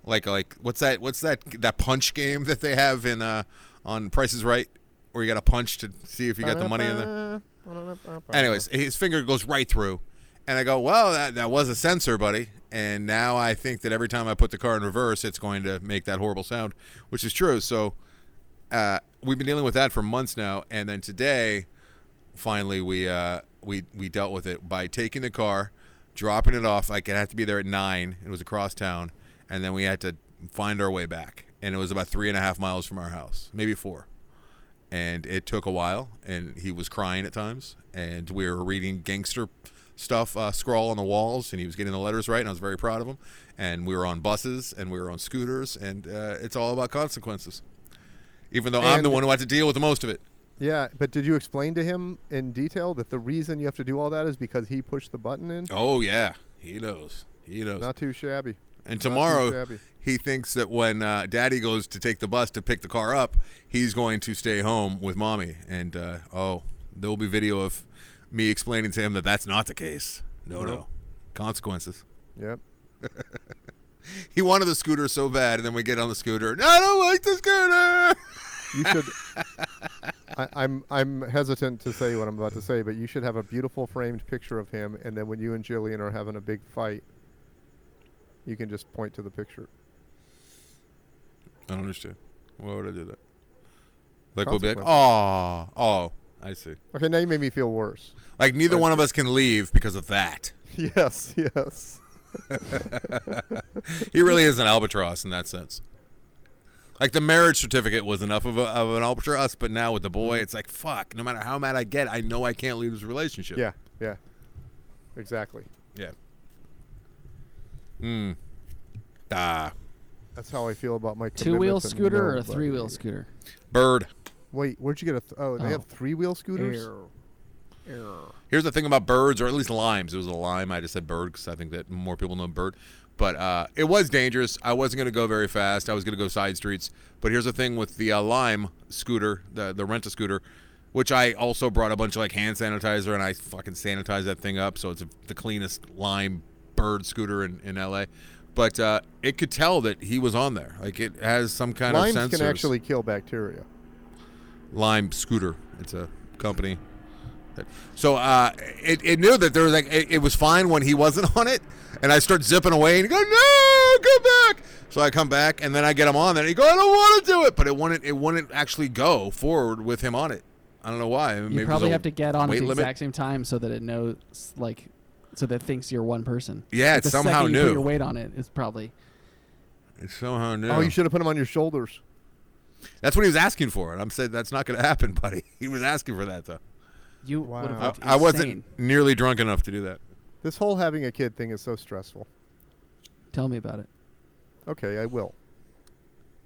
like like what's that? What's that? That punch game <laughs> that they have in uh on Price is Right, where you got to punch to see if you got the money in there. Anyways, his finger goes right through. And I go, well, that, that was a sensor, buddy. And now I think that every time I put the car in reverse, it's going to make that horrible sound, which is true. So uh, we've been dealing with that for months now. And then today, finally, we, uh, we, we dealt with it by taking the car, dropping it off. Like, it had to be there at 9. It was across town. And then we had to find our way back. And it was about three and a half miles from our house, maybe four and it took a while and he was crying at times and we were reading gangster stuff uh, scrawl on the walls and he was getting the letters right and i was very proud of him and we were on buses and we were on scooters and uh, it's all about consequences even though i'm the And- one who had to deal with the most of it <laughs> Yeah, but did you explain to him in detail that the reason you have to do all that is because he pushed the button in? oh yeah he knows he knows Not too shabby. and tomorrow shabby. he thinks that when uh, daddy goes to take the bus to pick the car up he's going to stay home with mommy and uh, oh there will be video of me explaining to him that that's not the case no no Nope. consequences Yep. he wanted the scooter so bad and then we get on the scooter i don't like the scooter You <laughs> should. I, I'm I'm hesitant to say what I'm about to say, but you should have a beautiful framed picture of him, and then when you and Jillian are having a big fight, you can just point to the picture. i don't understand why would i do that like we'll be like Consequences. oh oh i see Okay, now you made me feel worse. <laughs> like neither one of us can leave because of that Yes, yes. he really is an albatross in that sense. Like the marriage certificate was enough of, a, of an albatross, but now with the boy, it's like fuck. No matter how mad I get, I know I can't leave this relationship. Yeah, yeah. Exactly. yeah. Hmm. Ah, That's how I feel about my Two commitment wheel to scooter or a nobody. three wheel scooter? bird. Wait, where'd you get a? Th- oh, they Oh. have three wheel scooters. Here's the thing about birds, or at least limes. It was a lime. I just said bird because I think that more people know bird. But uh, it was dangerous. I wasn't going to go very fast. I was going to go side streets. But here's the thing with the uh, lime scooter, the the rent a scooter, which I also brought a bunch of like hand sanitizer and I fucking sanitized that thing up. So it's the cleanest lime bird scooter in, in LA. But uh, it could tell that he was on there. Like it has some kind Limes of sensors. can actually kill bacteria. Lime Scooter. It's a company. that- So uh, it, it knew that there was like it, it was fine when he wasn't <laughs> on it, and I start zipping away and he go no, go back. So I come back and then I get him on there. And he go I don't want to do it, but it wouldn't it wouldn't actually go forward with him on it. I don't know why. You probably have to get on at weight the limit. exact same time so that it knows, like, so that it thinks you're one person. Yeah, Like, it the somehow second you put knew. your weight on it. It's probably It's somehow new. Oh, you should have put them on your shoulders. That's what he was asking for, and I'm saying that's not going to <laughs> happen, buddy. He was asking for that though. You Wow. would have I- I, looked I wasn't Oh, insane. nearly drunk enough to do that. This whole having a kid thing is so stressful. Tell me about it. Okay, I will.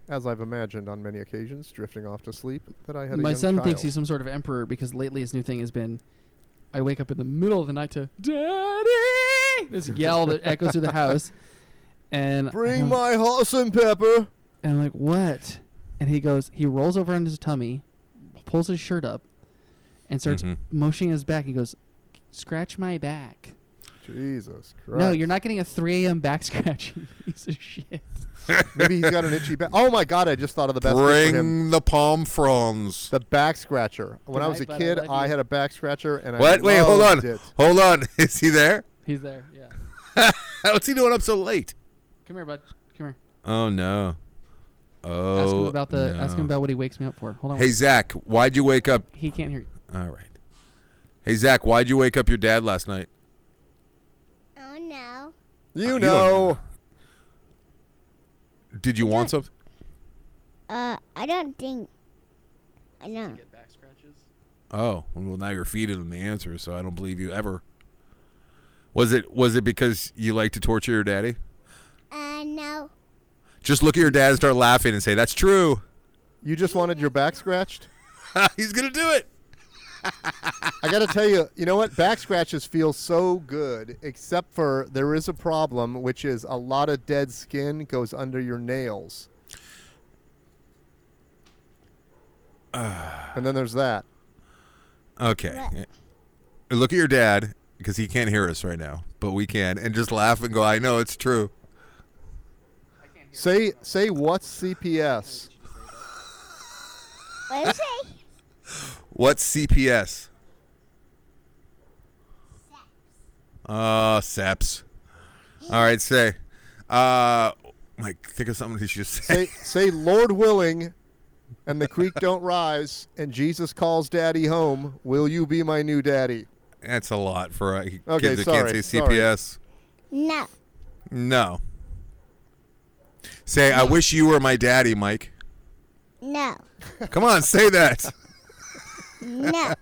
As I've imagined on many occasions, drifting off to sleep, that I had a My young son thinks child. he's some sort of emperor because lately his new thing has been I wake up in the middle of the night to Daddy this yell that <laughs> echoes through the house. And Bring I'm, my horse and pepper. and I'm like, What? And he goes he rolls over on his tummy, pulls his shirt up, and starts Mhm. motioning his back. He goes, Scratch my back. Jesus Christ. No, you're not getting a three AM back <laughs> scratch, you piece of shit. Maybe he's got an itchy back. Oh my God! I just thought of the best thing for him. Bring the palm fronds. The back scratcher. When I Goodnight, was a bud, I kid, love I you. had a back scratcher, and What? I Wait, hold loved on. It. Hold on. <laughs> Is he there? He's there, yeah. What's he doing up so late? Come here, bud. Come here. Oh no. Oh. ask him about the ask him no. about what he wakes me up for. Hold on. Hey Zach, why'd you wake up? He can't hear you. All right. Hey Zach, why'd you wake up your dad last night? Oh no. You You don't know, know. Did you want something? Uh, I don't think. I know. back scratches. Oh, well now you're feeding him the answer, so I don't believe you ever. Was it was it because you like to torture your daddy? Uh, no. Just look at your dad and start laughing and say, That's true. <laughs> you just wanted your back scratched. He's gonna do it. I got to tell you, you know what? Back scratches feel so good, except for there is a problem, which is a lot of dead skin goes under your <sighs> nails. and then there's that. Okay. Look at your dad, because he can't hear us right now, but we can, and just laugh and go, I know it's true. Say say what's CPS? What did you say? What's CPS? Uh, SEPs. All right, say. Uh, Mike, think of something he should say. Say say Lord willing, and the creek don't rise, and Jesus calls Daddy home. Will you be my new daddy? That's a lot for uh, kids Okay, that sorry, can't say sorry. CPS. <laughs> No. No. Say, I wish you were my daddy, Mike. No. Come on, say that. No.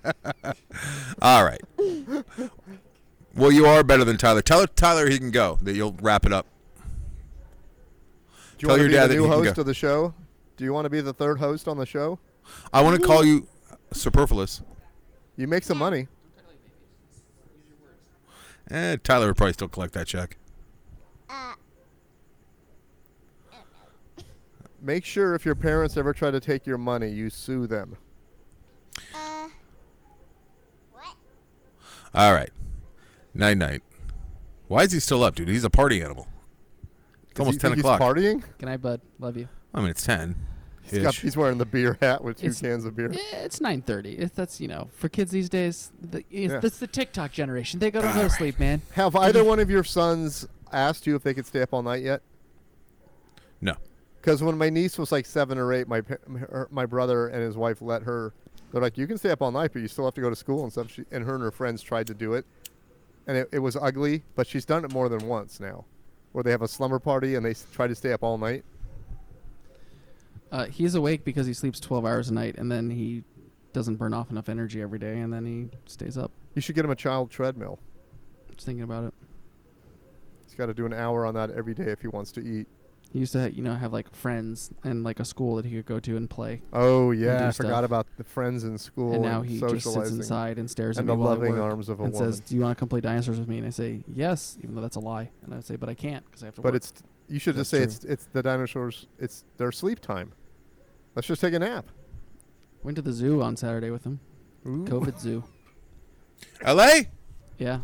All right. Well, you are better than Tyler. Tell Tyler he can go. That you'll wrap it up. Do you Tell want to your be dad the that he new can host go. of the show? Do you want to be the third host on the show? I want to call you superfluous. You make some money. Eh, Tyler would probably still collect that check. <laughs> Uh, Make sure if your parents ever try to take your money, you sue them. uh. What? All right. Night night. Why is he still up, dude? He's a party animal. It's Does he almost ten think o'clock. He's partying. Good night, bud. Love you. I mean, it's ten. He's, got, Ish. he's wearing the beer hat with two It's- cans of <laughs> beer. Eh, It's 9:30. If that's you know, for kids these days, the, it's, Yeah. that's the TikTok generation. They go to no sleep, man. Have either one of your sons asked you if they could stay up all night yet? No. Because when my niece was like seven or eight, my pa- her, my brother and his wife let her. They're like, you can stay up all night, but you still have to go to school and stuff. She, and her and her friends tried to do it, and it, it was ugly. But she's done it more than once now, where they have a slumber party and they s- try to stay up all night. Uh, he's awake because he sleeps 12 hours a night, and then he doesn't burn off enough energy every day, and then he stays up. You should get him a child treadmill. Just thinking about it. He's got to do an hour on that every day if he wants to eat. He used to, you know, have like friends and like a school that he could go to and play. Oh yeah, do I forgot stuff. about the friends in school and now he just sits socializing. inside and stares and at the me while I loving work arms of a and says, woman. "Do you want to come play dinosaurs with me?" And I say, "Yes," even though that's a lie. And I say, "But I can't because I have to." But work." it's you should just say That's it's it's the dinosaurs. It's their sleep time. Let's just take a nap. went to the zoo on Saturday with him. Ooh. <laughs> COVID zoo. L.A. Yeah,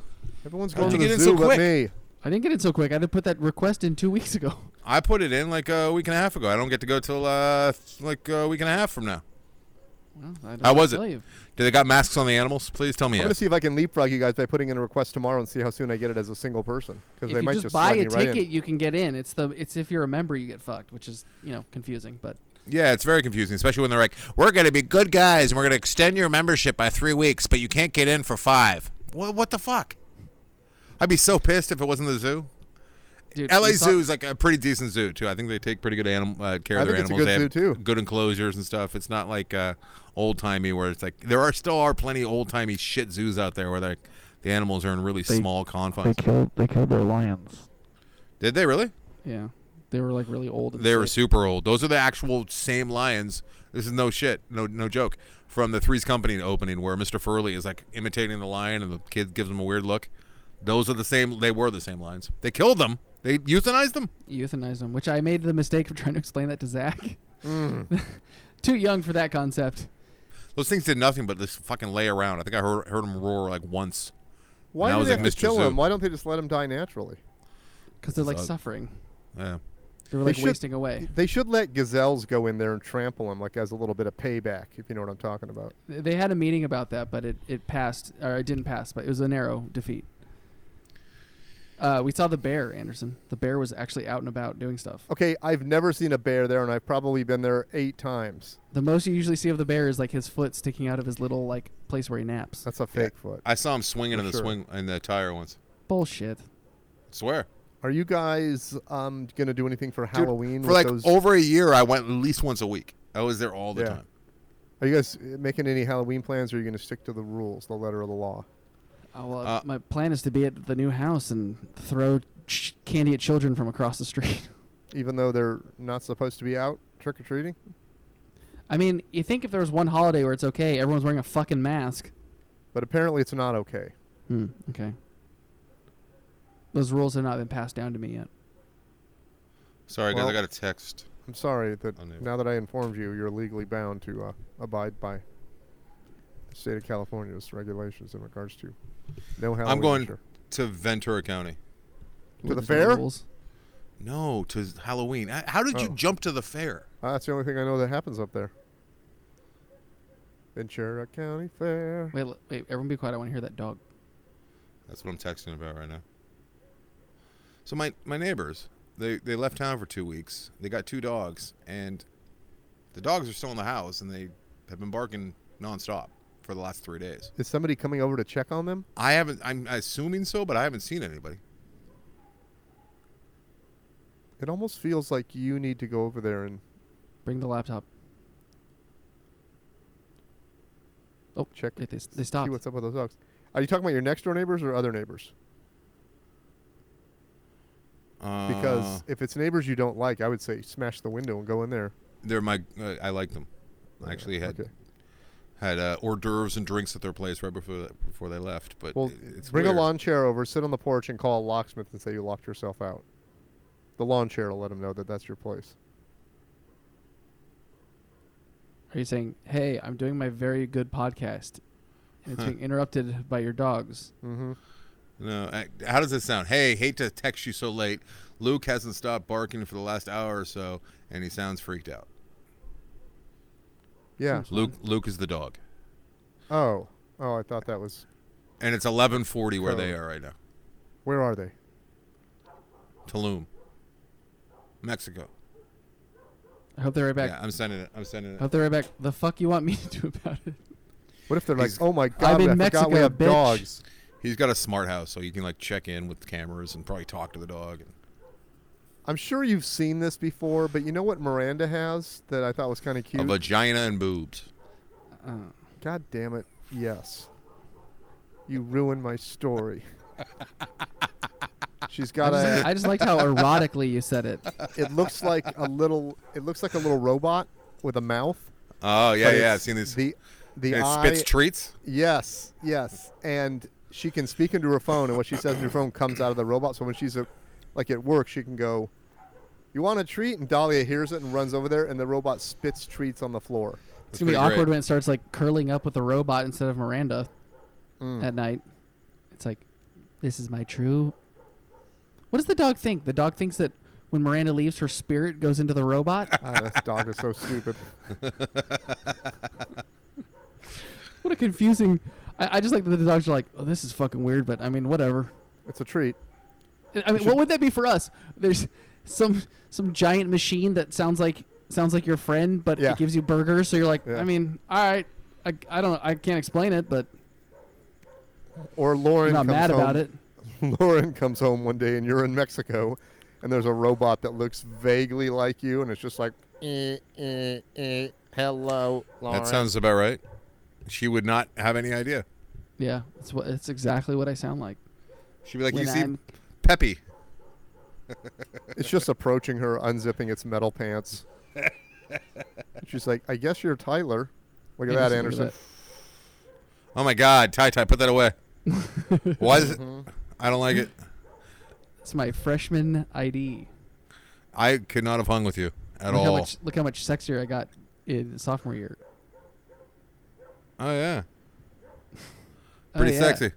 Everyone's How'd going to you the get in zoo so but quick? me. I didn't get it so quick. I had to put that request in two <laughs> weeks ago. I put it in like a week and a half ago. I don't get to go till uh like a week and a half from now. Well, I don't How was tell it? you. Do they got masks on the animals? Please tell me. I'm going to yes. see if I can leapfrog you guys by putting in a request tomorrow and see how soon I get it as a single person because If they you might just, just buy slide a me right in. ticket, you can get in. It's the it's if you're a member, you get fucked, which is you know confusing. But Yeah, it's very confusing, especially when they're like, "We're going to be good guys and we're going to extend your membership by three weeks, but you can't get in for five. What? What the fuck? I'd be so pissed if it wasn't the zoo. Dude, LA we saw- Zoo is like a pretty decent zoo too. I think they take pretty good animal uh, care I of their think it's a animals. good they have zoo, too. Good enclosures and stuff. It's not like uh, old timey where it's like there are still are plenty old timey shit zoos out there where like the animals are in really They- small They confines. killed they killed their lions. Did they really? Yeah, they were like really old. And They were sick. super old. Those are the actual same lions. This is no shit, no no joke. From the Three's Company opening, where Mr. Furley is like imitating the lion, and the kid gives him a weird look. Those are the same. They were the same lions. They killed them. They euthanized them. euthanized them, which I made the mistake of trying to explain that to Zach. Mm. <laughs> Too young for that concept. Those things did nothing but just fucking lay around. I think I heard heard them roar like once. Why And I do was they like, have to "Mr. kill Zoo." him? Why don't they just let him die naturally? because they're like Zug. suffering. Yeah. They were They like should- wasting away. They should let gazelles go in there and trample him, like as a little bit of payback, if you know what I'm talking about. They had a meeting about that, but it, it passed or it didn't pass, but it was a narrow defeat. Uh, we saw the bear, Anderson. The bear was actually out and about doing stuff. Okay, I've never seen a bear there, and I've probably been there eight times. The most you usually see of the bear is like his foot sticking out of his little like place where he naps. That's a fake foot. I saw him swinging For in the sure. swing in the tire once. Bullshit. Swear. Are you guys um, gonna do anything for Dude, Halloween? for with like those- over a year, I went at least once a week. I was there all the Yeah. time. Are you guys uh, making any Halloween plans, or are you gonna stick to the rules, the letter of the law? Oh, well, Uh, my plan is to be at the new house and throw ch- candy at children from across the street. <laughs> Even though they're not supposed to be out trick or treating. I mean, you think if there was one holiday where it's okay, everyone's wearing a fucking mask. But apparently, it's not okay. Hmm. Okay. Those rules have not been passed down to me yet. Sorry guys, Well- I got a text. I'm sorry that I knew. now that I informed you, you're legally bound to uh, abide by the state of California's regulations in regards to no Halloween. I'm going this to Ventura County. To the Rules are fair? rules. No, to Halloween. Uh, How did you Oh. jump to the fair? year. Uh, that's the only thing I know that happens up there. Ventura County Fair. Wait, l- wait, everyone be quiet. I want to hear that dog. That's what I'm texting about right now. So my my neighbors, they they left town for two weeks. They got two dogs, and the dogs are still in the house, and they have been barking nonstop for the last three days. Is somebody coming over to check on them? I haven't. I'm assuming so, but I haven't seen anybody. It almost feels like you need to go over there and Bring the laptop. Oh, Check Wait, they, s- they stopped. see what's up with those dogs. Are you talking about your next door neighbors or other neighbors? Uh, Because if it's neighbors you don't like, I would say smash the window and go in there. they're my. Uh, I like them. I actually had Okay. had uh, hors d'oeuvres and drinks at their place right before before they left. But Well, it- it's bring weird. a lawn chair over, sit on the porch, and call a locksmith and say you locked yourself out. The lawn chair will let him know that that's your place. Are you saying, hey, I'm doing my very good podcast, and it's Huh. being interrupted by your dogs? Mm-hmm. No, I, how does this sound? Hey, hate to text you so late. Luke hasn't stopped barking for the last hour or so, and he sounds freaked out. Yeah. Luke, Luke is the dog, Oh. Oh, I thought that was. and it's 11:40 where they are right now. Where are they? Tulum, Mexico. I hope they're right back. Yeah, I'm sending it. I'm sending I it. hope they're right back. The fuck you want me <laughs> to do about it? What if they're like, He's- oh my god, in I forgot we Mexico, have bitch." dogs. He's got a smart house, so you can like check in with cameras and probably talk to the dog. I'm sure you've seen this before, but you know what Miranda has that I thought was kind of cute. A vagina and boobs. Uh, God damn it! Yes. You ruined my story. She's I, got just, a. I just <laughs> liked how erotically you said it. It looks like a little. It looks like a little robot with a mouth. Oh yeah, but yeah. it's I've seen these. The the and it eye, spits treats. yes, yes, and she can speak into her phone, and what she says in her phone comes out of the robot. So when she's a, like at work, she can go, "You want a treat?" And Dahlia hears it and runs over there, and the robot spits treats on the floor. It's gonna be pretty great. awkward when it starts like curling up with a robot instead of Miranda at night. It's like, this is my true. What does the dog think? The dog thinks that when Miranda leaves, her spirit goes into <laughs> the robot. Ah, this dog is so stupid. what a confusing. I, I just like that the dogs are like, oh, this is fucking weird, but I mean, whatever. It's a treat. I mean, what would that be for us? There's some some giant machine that sounds like sounds like your friend, but Yeah. it gives you burgers. So you're like, Yeah. I mean, all right, I, I don't, I can't explain it, but Or Lauren I'm not comes mad home. about it. <laughs> Lauren comes home one day, and you're in Mexico, and there's a robot that looks vaguely like you, and it's just like, eh, eh, eh, hello, Lauren. That sounds about right. She would not have any idea. Yeah, it's what it's exactly what I sound like. She'd be like, when "You seem I'm- peppy." It's just approaching her, unzipping its metal pants. She's like, I guess you're Tyler. Look at Yeah, that, just Anderson. look at Oh my God, Ty Ty, put that <laughs> away. Why is it? I don't like it. that. It's my freshman ID. I could not have hung with you at look How all. much, look how much sexier I got in sophomore year. Oh yeah, Oh, pretty yeah. sexy.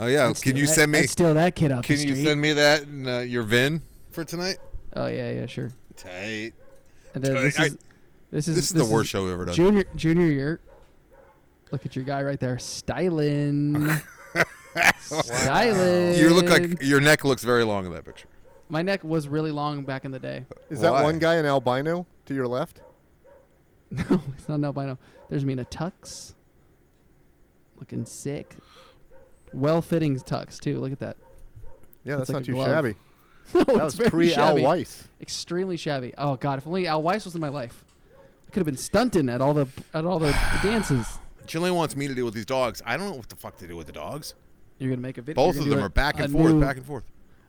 Oh yeah, I'd can steal you that- send me? I'd steal that kid off Can the you street. send me that and uh, your VIN for tonight? oh yeah, yeah, sure. Tight. And then I- this I- is this is This is the worst show we've ever done. Junior junior year. Look at your guy right there, <laughs> stylin. stylin. You look like your neck looks very long in that picture. my neck was really long back in the day. Is that Why? one guy an albino to your left? No, it's not an albino. There's Mina Tux. Looking sick. Well fitting tux too. Look at that. <laughs> Yeah, that's It's like not a too glove. <laughs> shabby. No, That it's was very pre Al shabby. Weiss. Extremely shabby. Oh god, if only Al Weiss was in my life. I could have been stunting at all the at <sighs> all the dances. Jillian wants me to deal with these dogs. I don't know what the fuck to do with the dogs. You're gonna make a video. Both you're of gonna them do a- are back and a forth, new- back and forth.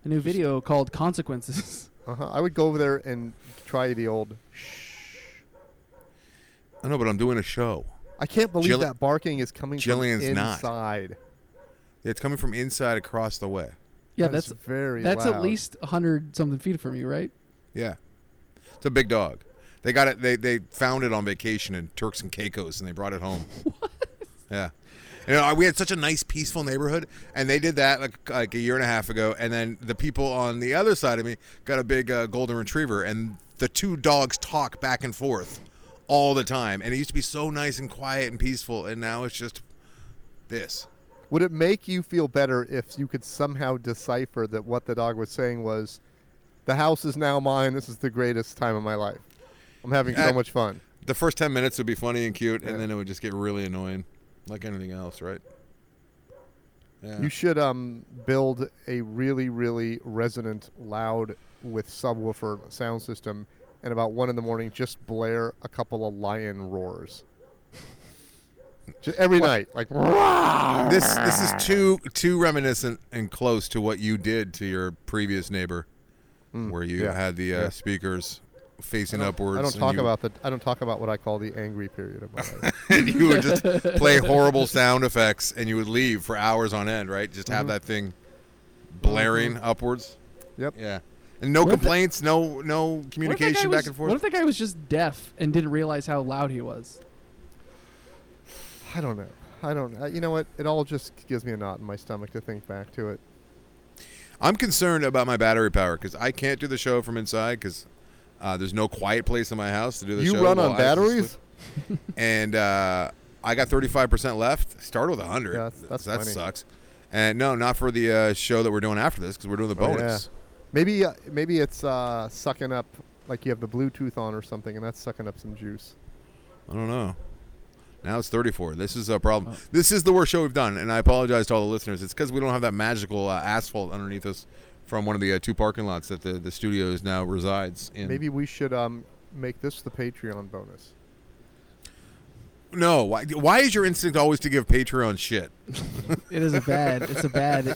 a new video called Consequences. <laughs> Uh-huh. I would go over there and try the old. Shh. I know, but I'm doing a show. I can't believe Jill- that barking is coming Jillian's from not. inside. It's coming from inside across the way. yeah, That is that's very. that's at loud. least hundred something feet from you, right? Yeah, it's a big dog. They got it. They they found it on vacation in Turks and Caicos, and they brought it home. what? Yeah. You know, we had such a nice, peaceful neighborhood, and they did that like, like a year and a half ago. And then the people on the other side of me got a big uh, golden retriever, and the two dogs talk back and forth all the time. And it used to be so nice and quiet and peaceful, and now it's just this. Would it make you feel better if you could somehow decipher that what the dog was saying was, "The house is now mine. This is the greatest time of my life. I'm having Yeah. so much fun." The first ten minutes would be funny and cute, Yeah. and then it would just get really annoying, like anything else, right? Yeah. You should um, build a really, really resonant, loud with subwoofer sound system, and about one in the morning, just blare a couple of lion roars. Just every night, like This this Ah. is too too reminiscent and close to what you did to your previous neighbor, where you Hmm. yeah, had the uh, yeah. speakers facing I don't- upwards. I don't and talk you- about the. I don't talk about what I call the angry period of my life. <laughs> and you would <laughs> just play horrible sound effects, and you would leave for hours on end. Right, just Mm-hmm. have that thing blaring upwards. Yep. Yeah, and no What if the- complaints, no no What if that guy communication was- back and forth. What if that guy was just deaf and didn't realize how loud he was? I don't know. I don't. Uh, you know what? It all just gives me a knot in my stomach to think back to it. I'm concerned about my battery power because I can't do the show from inside because uh, there's no quiet place in my house to do the you show. run while on I actually batteries? sleep. and uh, I got 35% left. Started with 100. Yeah, that's- that's that plenty. sucks. And no, not for the uh, show that we're doing after this because we're doing the Oh, yeah. bonus. Maybe uh, maybe it's uh, sucking up like you have the Bluetooth on or something, and that's sucking up some juice. I don't know. Now it's 34. This is a problem. Oh. This is the worst show we've done, and I apologize to all the listeners. It's because we don't have that magical uh, asphalt underneath us from one of the uh, two parking lots that the, the studios now resides in. Maybe we should um, make this the Patreon bonus. No. Why, why is your instinct always to give Patreon shit? It is a bad. It's <laughs> a bad.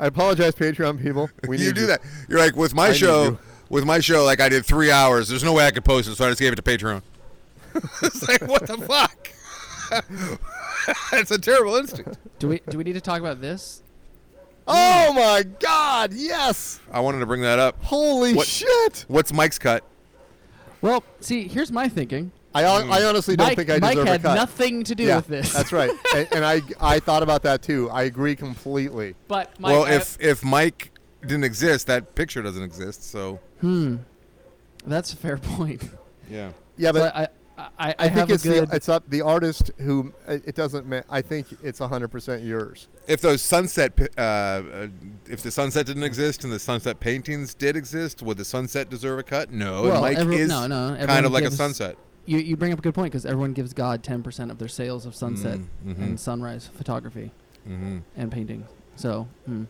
I apologize, Patreon <laughs> people. We you need do that. You're like with my I need show, you. with my show, like I did three hours. There's no way I could post it, so I just gave it to Patreon. <laughs> it's like what the fuck? <laughs> it's a terrible instinct. do we do we need to talk about this? Oh my God! Yes! I wanted to bring that up. Holy What- shit! What's Mike's cut? Well, see, here's my thinking. I, hon- I honestly don't Mike, think I Mike deserve had a cut. nothing to do yeah, with this. that's right. and, and I I thought about that too. I agree completely. <laughs> But Mike, well, I- if if Mike didn't exist, that picture doesn't exist. So Hmm. that's a fair point. yeah, Yeah, but But I I, I, I have think it's a good. the it's up the artist who it it doesn't. Ma- I think it's hundred percent yours. if those sunset, pi- uh, uh, if the sunset didn't exist and the sunset paintings did exist, would the sunset deserve a cut? No. Oh, and Well, Mike every- is no, no, kind everyone of like a gives- sunset. you, you bring up a good point because everyone gives God 10% of their sales of sunset Mm, mhm. and sunrise photography Mm-hmm. and painting. So, hmm.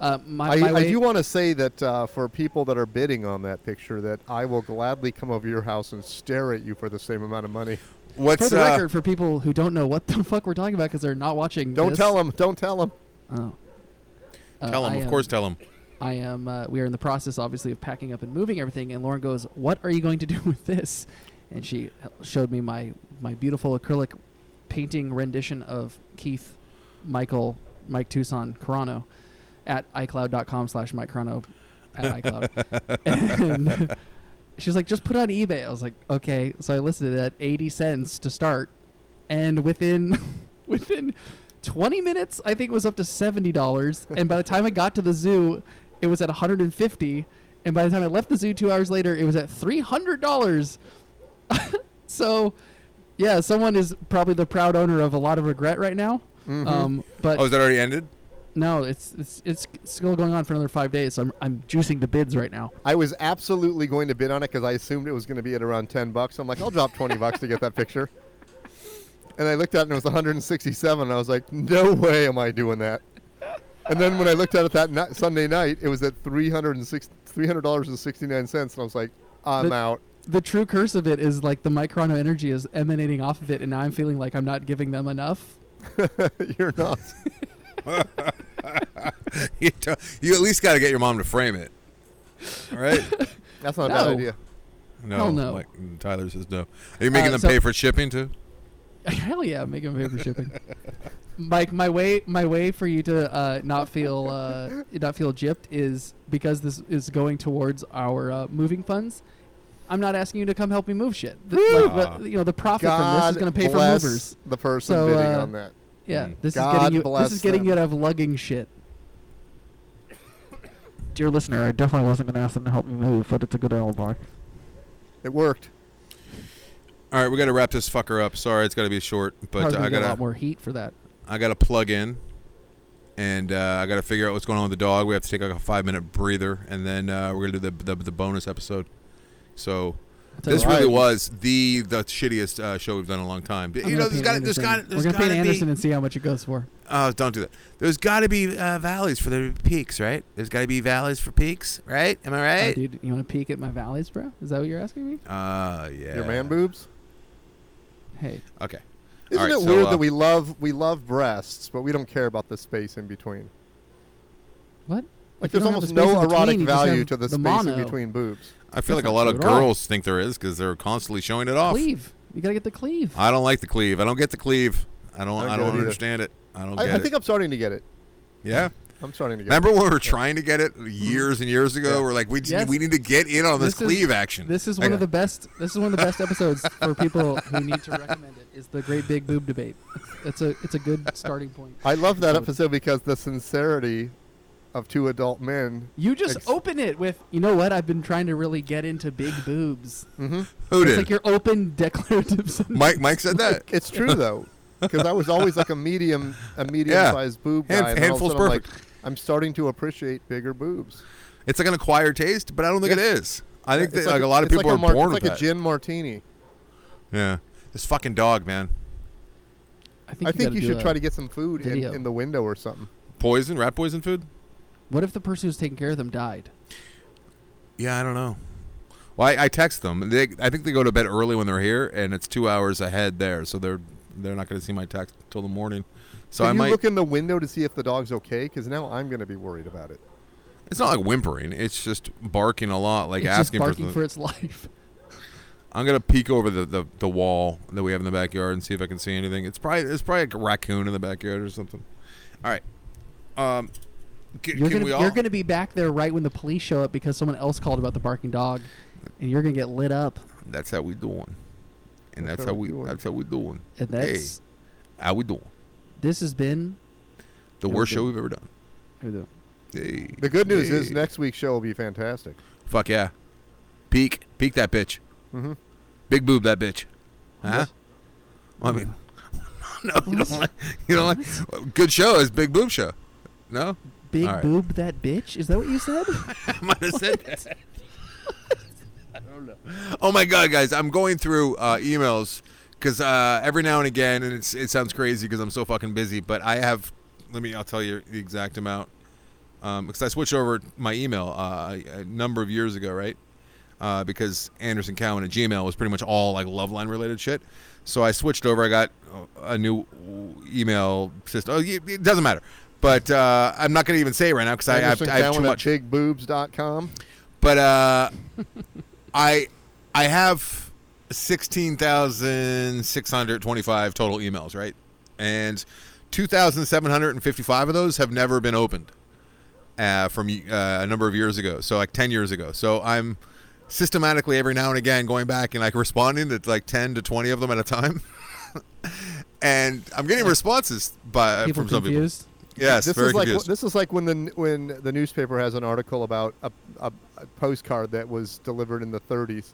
Uh, my, I, my I way- do want to say that uh, for people that are bidding on that picture, that I will gladly come over to your house and stare at you for the same amount of money. What's for the uh, record, for people who don't know what the <laughs> fuck we're talking about because they're not watching. Don't this. tell them. Don't tell them. Oh. Uh, Tell I him, of am- course, tell him. I am. Uh, we are in the process, obviously, of packing up and moving everything. And Lauren goes, "What are you going to do <laughs> with this?" And she showed me my my beautiful acrylic painting rendition of Keith, Michael, Mike Tucson, Carano, at iCloud.com/slash Mike Carano at iCloud. and she's like, "Just put it on eBay." I was like, "Okay." So I listed it at eighty cents to start, and within <laughs> within 20 minutes i think it was up to $70 and by the time i got to the zoo it was at 150 and by the time i left the zoo two hours later it was at $300 <laughs> so yeah someone is probably the proud owner of a lot of regret right now um, but Oh, is that already ended? <laughs> no it's, it's it's still going on for another five days so i'm, I'm juicing the bids right now I was absolutely going to bid on it because I assumed it was going to be at around 10 bucks. I'm like, I'll drop 20 bucks to get that picture. And I looked at it and it was 167. And I was like, no way am I doing that. And then when I looked at it that ni- Sunday night, it was at $306 $300.69. And I was like, I'm The- out. <laughs> the true curse of it is like the microno energy is emanating off of it and now i'm feeling like i'm not giving them enough <laughs> You're not. you t- you at least got to get your mom to frame it. All <laughs> right? That's not a No. bad idea. No. Hell no. Like, Tyler says no. Are you making Uh, them so- pay for shipping too? Hell yeah, make him pay for <laughs> shipping. Mike, my way, my way for you to uh, not feel uh, not feel gypped is because this is going towards our uh, moving funds. I'm not asking you to come help me move shit. Th- like, Aw. but, you know, the profit from this God is going to pay for bless movers. the person So, bidding uh, on that. Yeah, Mm. this God is getting you. bless This is getting them. you out of lugging shit. Dear listener, I definitely wasn't going to ask them to help me move, but it's a good alibi. It worked. All right, we got to wrap this fucker up. Sorry, it's got to be short, but Probably uh, gonna I get a lot got to more heat for that. I got to plug in, and uh, I got to figure out what's going on with the dog. We have to take like a five minute breather, and then uh, we're gonna do the the, the bonus episode. So. I'll tell you This what. really was the the shittiest uh, show we've done in a long time. I'm You know, gonna there's pay got there's Anderson. got there's We're gonna got pay to Anderson be and see how much it goes for. oh don't do that. There's got to be uh, valleys for the peaks, right? There's got to be valleys for peaks, right? Am I Oh, right? dude, you want to peek at my valleys, bro? Is that what you're asking me? Ah, yeah. Your man boobs. Hey, Okay. Isn't right, it so, weird uh, that we love we love breasts, but we don't care about the space in between? what? Like If you there's don't have almost the space no in between, erotic you just value have to the, the space mono. in between boobs. I feel That's like a lot not true of at all. girls think there is because they're constantly showing it off. Cleave. You gotta get the cleave. I don't like the cleave. I don't get the cleave. I don't. I I don't get it don't either. understand it. I don't I, get I it. think I'm starting to get it. <laughs> yeah. I'm starting to get Remember when we were trying to get it years and years ago? Yeah. We're like, we just, Yes. we need to get in on this, This is- cleave action. This is Like, one of the best. This is one of the best episodes for people who need to recommend it. Is the Great Big Boob Debate? It's a it's a good starting point. it. I love that episode because the sincerity of two adult men. You just Ex- open it with, you know what? I've been trying to really get into big boobs. hmm who It's did? like your open declarative. <laughs> sentence. Mike. Mike said <laughs> <laughs> that. It's true though, because I was always like a medium, a medium-sized boob guy. Hand- and then all of a handful's sudden I'm like, I'm starting to appreciate bigger boobs. It's like an acquired taste, but I don't think it is. I think It's that, like, a lot of it's people are like a mar- born it's with like that. a gin martini. Yeah, this fucking dog, man. I think I you, think gotta you do should a- try to get some food in, video. in the window or something. Poison, rat poison food. What if the person who's taking care of them died? Yeah, I don't know. Well, I, I text them. They, I think they go to bed early when they're here, and it's two hours ahead there, so they're they're not going to see my text till the morning. So Can I you might. look in the window to see if the dog's okay? Because now I'm going to be worried about it. it's not like whimpering. It's just barking a lot, like it's just asking barking for. for <laughs> its life. I'm gonna peek over the, the, the wall that we have in the backyard and see if I can see anything. It's probably it's probably like a raccoon in the backyard or something. All right. Um, can, You're can gonna we all? you're gonna be back there right when the police show up because someone else called about the barking dog, and you're gonna get lit up. That's how we doing. And that's, how we doing. that's how we doing. And Hey, that's how we doing? this has been. The How we worst show doing? we've ever done. Hey. The good news is Hey. next week's show will be fantastic. Fuck yeah. Peek. Peek that bitch. Mhm. Big boob that bitch. Huh? Yes. Well, I mean, <laughs> no, you don't like. You don't like. Good show is big boob show. No, Big All right. boob that bitch? Is that what <laughs> you said? I might have said that. Oh my god, guys! I'm going through uh, emails because uh, every now and again, and it's, it sounds crazy because I'm so fucking busy. But I have, let me, I'll tell you the exact amount. um, because I switched over my email uh, a number of years ago, right? Uh, because Anderson Cowan at Gmail was pretty much all like love line related shit. So I switched over. I got a new email system. Oh, it it doesn't matter. But uh, I'm not going to even say it right now because I, have- Anderson I have too Cowan much. At bigboobs.com. But uh, I I have sixteen thousand six hundred twenty five total emails, right? And two thousand seven hundred and fifty five of those have never been opened uh, from uh, a number of years ago. So like ten years ago. So I'm systematically every now and again going back and like responding to like ten to twenty of them at a time. <laughs> And I'm getting responses by People from some confused. people. Yes, this very is like confused. this is like when the when the newspaper has an article about a, a, a postcard that was delivered in the 30s.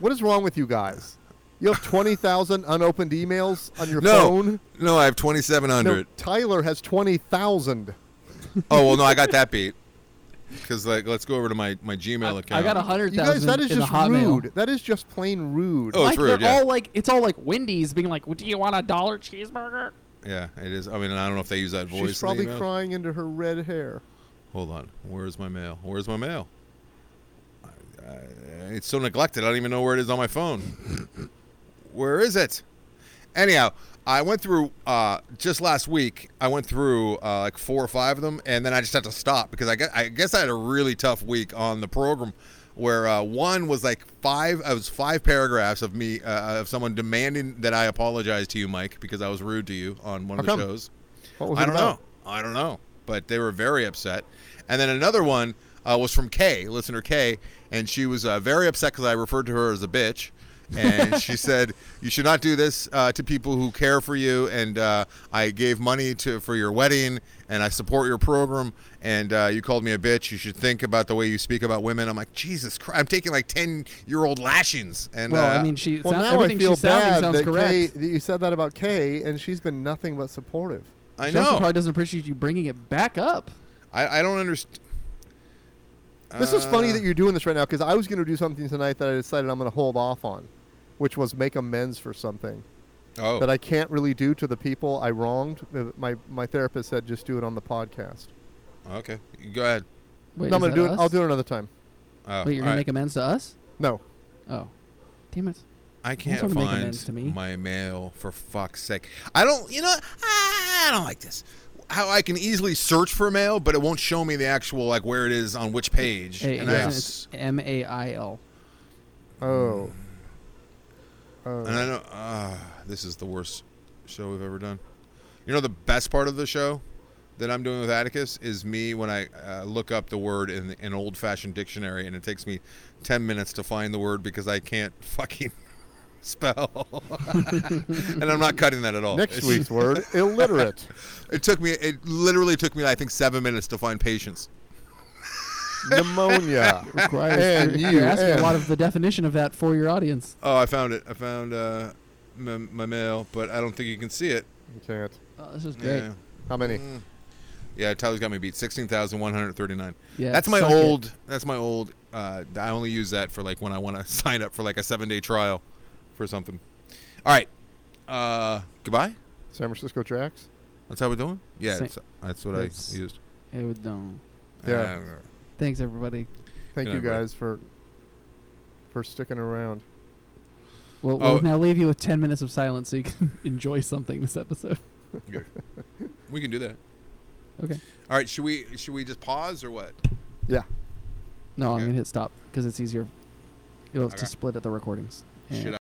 What is wrong with you guys? You have 20,000 <laughs> unopened emails on your no, phone. no, I have No, 2,700. Tyler has 20,000. Oh well, no, I got that beat. Because like, let's go over to my my Gmail account. I got a hundred You guys, thousand that is in the just Hotmail. rude. That is just plain rude. Oh, it's like rude, they're yeah. all like it's all like Wendy's being like, "Do you want a dollar cheeseburger?" Yeah, it is. I mean, I don't know if they use that voice. in She's the probably email. crying into her red hair. Hold on. Where's my mail? Where's my mail? I, I, it's so neglected. I don't even know where it is on my phone. <laughs> where is it? Anyhow, I went through uh, just last week. I went through uh, like four or five of them, and then I just had to stop because I guess I, guess I had a really tough week on the program. Where uh, one was like five, I was five paragraphs of me uh, of someone demanding that I apologize to you, Mike, because I was rude to you on one of How the come? shows. What was I it don't about? know. I don't know. But they were very upset. And then another one uh, was from Kay, listener Kay, and she was uh, very upset because I referred to her as a bitch. And <laughs> she said, "You should not do this uh, to people who care for you." And uh, I gave money to for your wedding, and I support your program. And uh, you called me a bitch. You should think about the way you speak about women. I'm like, Jesus Christ! I'm taking like ten year old lashings. And Well, uh, I mean, she Well, sound- now I everything feel she's sounding bad sounds that, correct. Kay, that you said that about Kay, and she's been nothing but supportive. I She also know. probably doesn't appreciate you bringing it back up. I, I don't uh, understand. This is funny that you're doing this right now because I was going to do something tonight that I decided I'm going to hold off on, which was make amends for something Oh, that I can't really do to the people I wronged. Uh, My my therapist said just do it on the podcast. okay. Go ahead. Wait, no, I'm is going that to do us? it. I'll do it another time. Oh, Wait, you're all gonna right. make amends to us? No, Oh, damn it! I can't trying to make find amends to me. my mail for fuck's sake. I don't, you know, I don't like this. How I can easily search for mail, but it won't show me the actual like where it is on which page. Hey, and, I, Anderson, s- it's M A I L. oh, oh. and I know uh, this is the worst show we've ever done. You know, the best part of the show that I'm doing with Atticus is me when I uh, look up the word in an old-fashioned dictionary, and it takes me ten minutes to find the word because I can't <laughs> fucking spell, <laughs> and I'm not cutting that at all. Oh, Next It's- <laughs> week's word illiterate. It took me. It literally took me. I think seven minutes to find patience. Pneumonia. Requires And you're, you, you're asking and- a lot of the definition of that for your audience. Oh, I found it. I found uh, my, my mail, but I don't think you can see it. You can't. Oh, this is great. Yeah. How many? Mm. Yeah, Tyler's got me beat. Sixteen thousand one hundred thirty-nine. Yeah, that's my suck it. old. That's my old. Uh, I only use that for like when I want to <laughs> sign up for like a seven-day trial for something. All right. Uh, goodbye. San Francisco tracks. That's how we're doing. Yeah, Sa- it's- that's what That's- I used. It would don't. Yeah. Uh, Thanks everybody. Good Thank you night, Brad. guys for for sticking around. We'll, Oh. we'll now leave you with ten minutes of silence so you can <laughs> enjoy something this episode. good. we can do that. Okay. All right. Should we? Should we just pause or what? Yeah. No, I'm Okay. gonna hit stop because it's easier. You'll have Okay. to split at the recordings. Should And-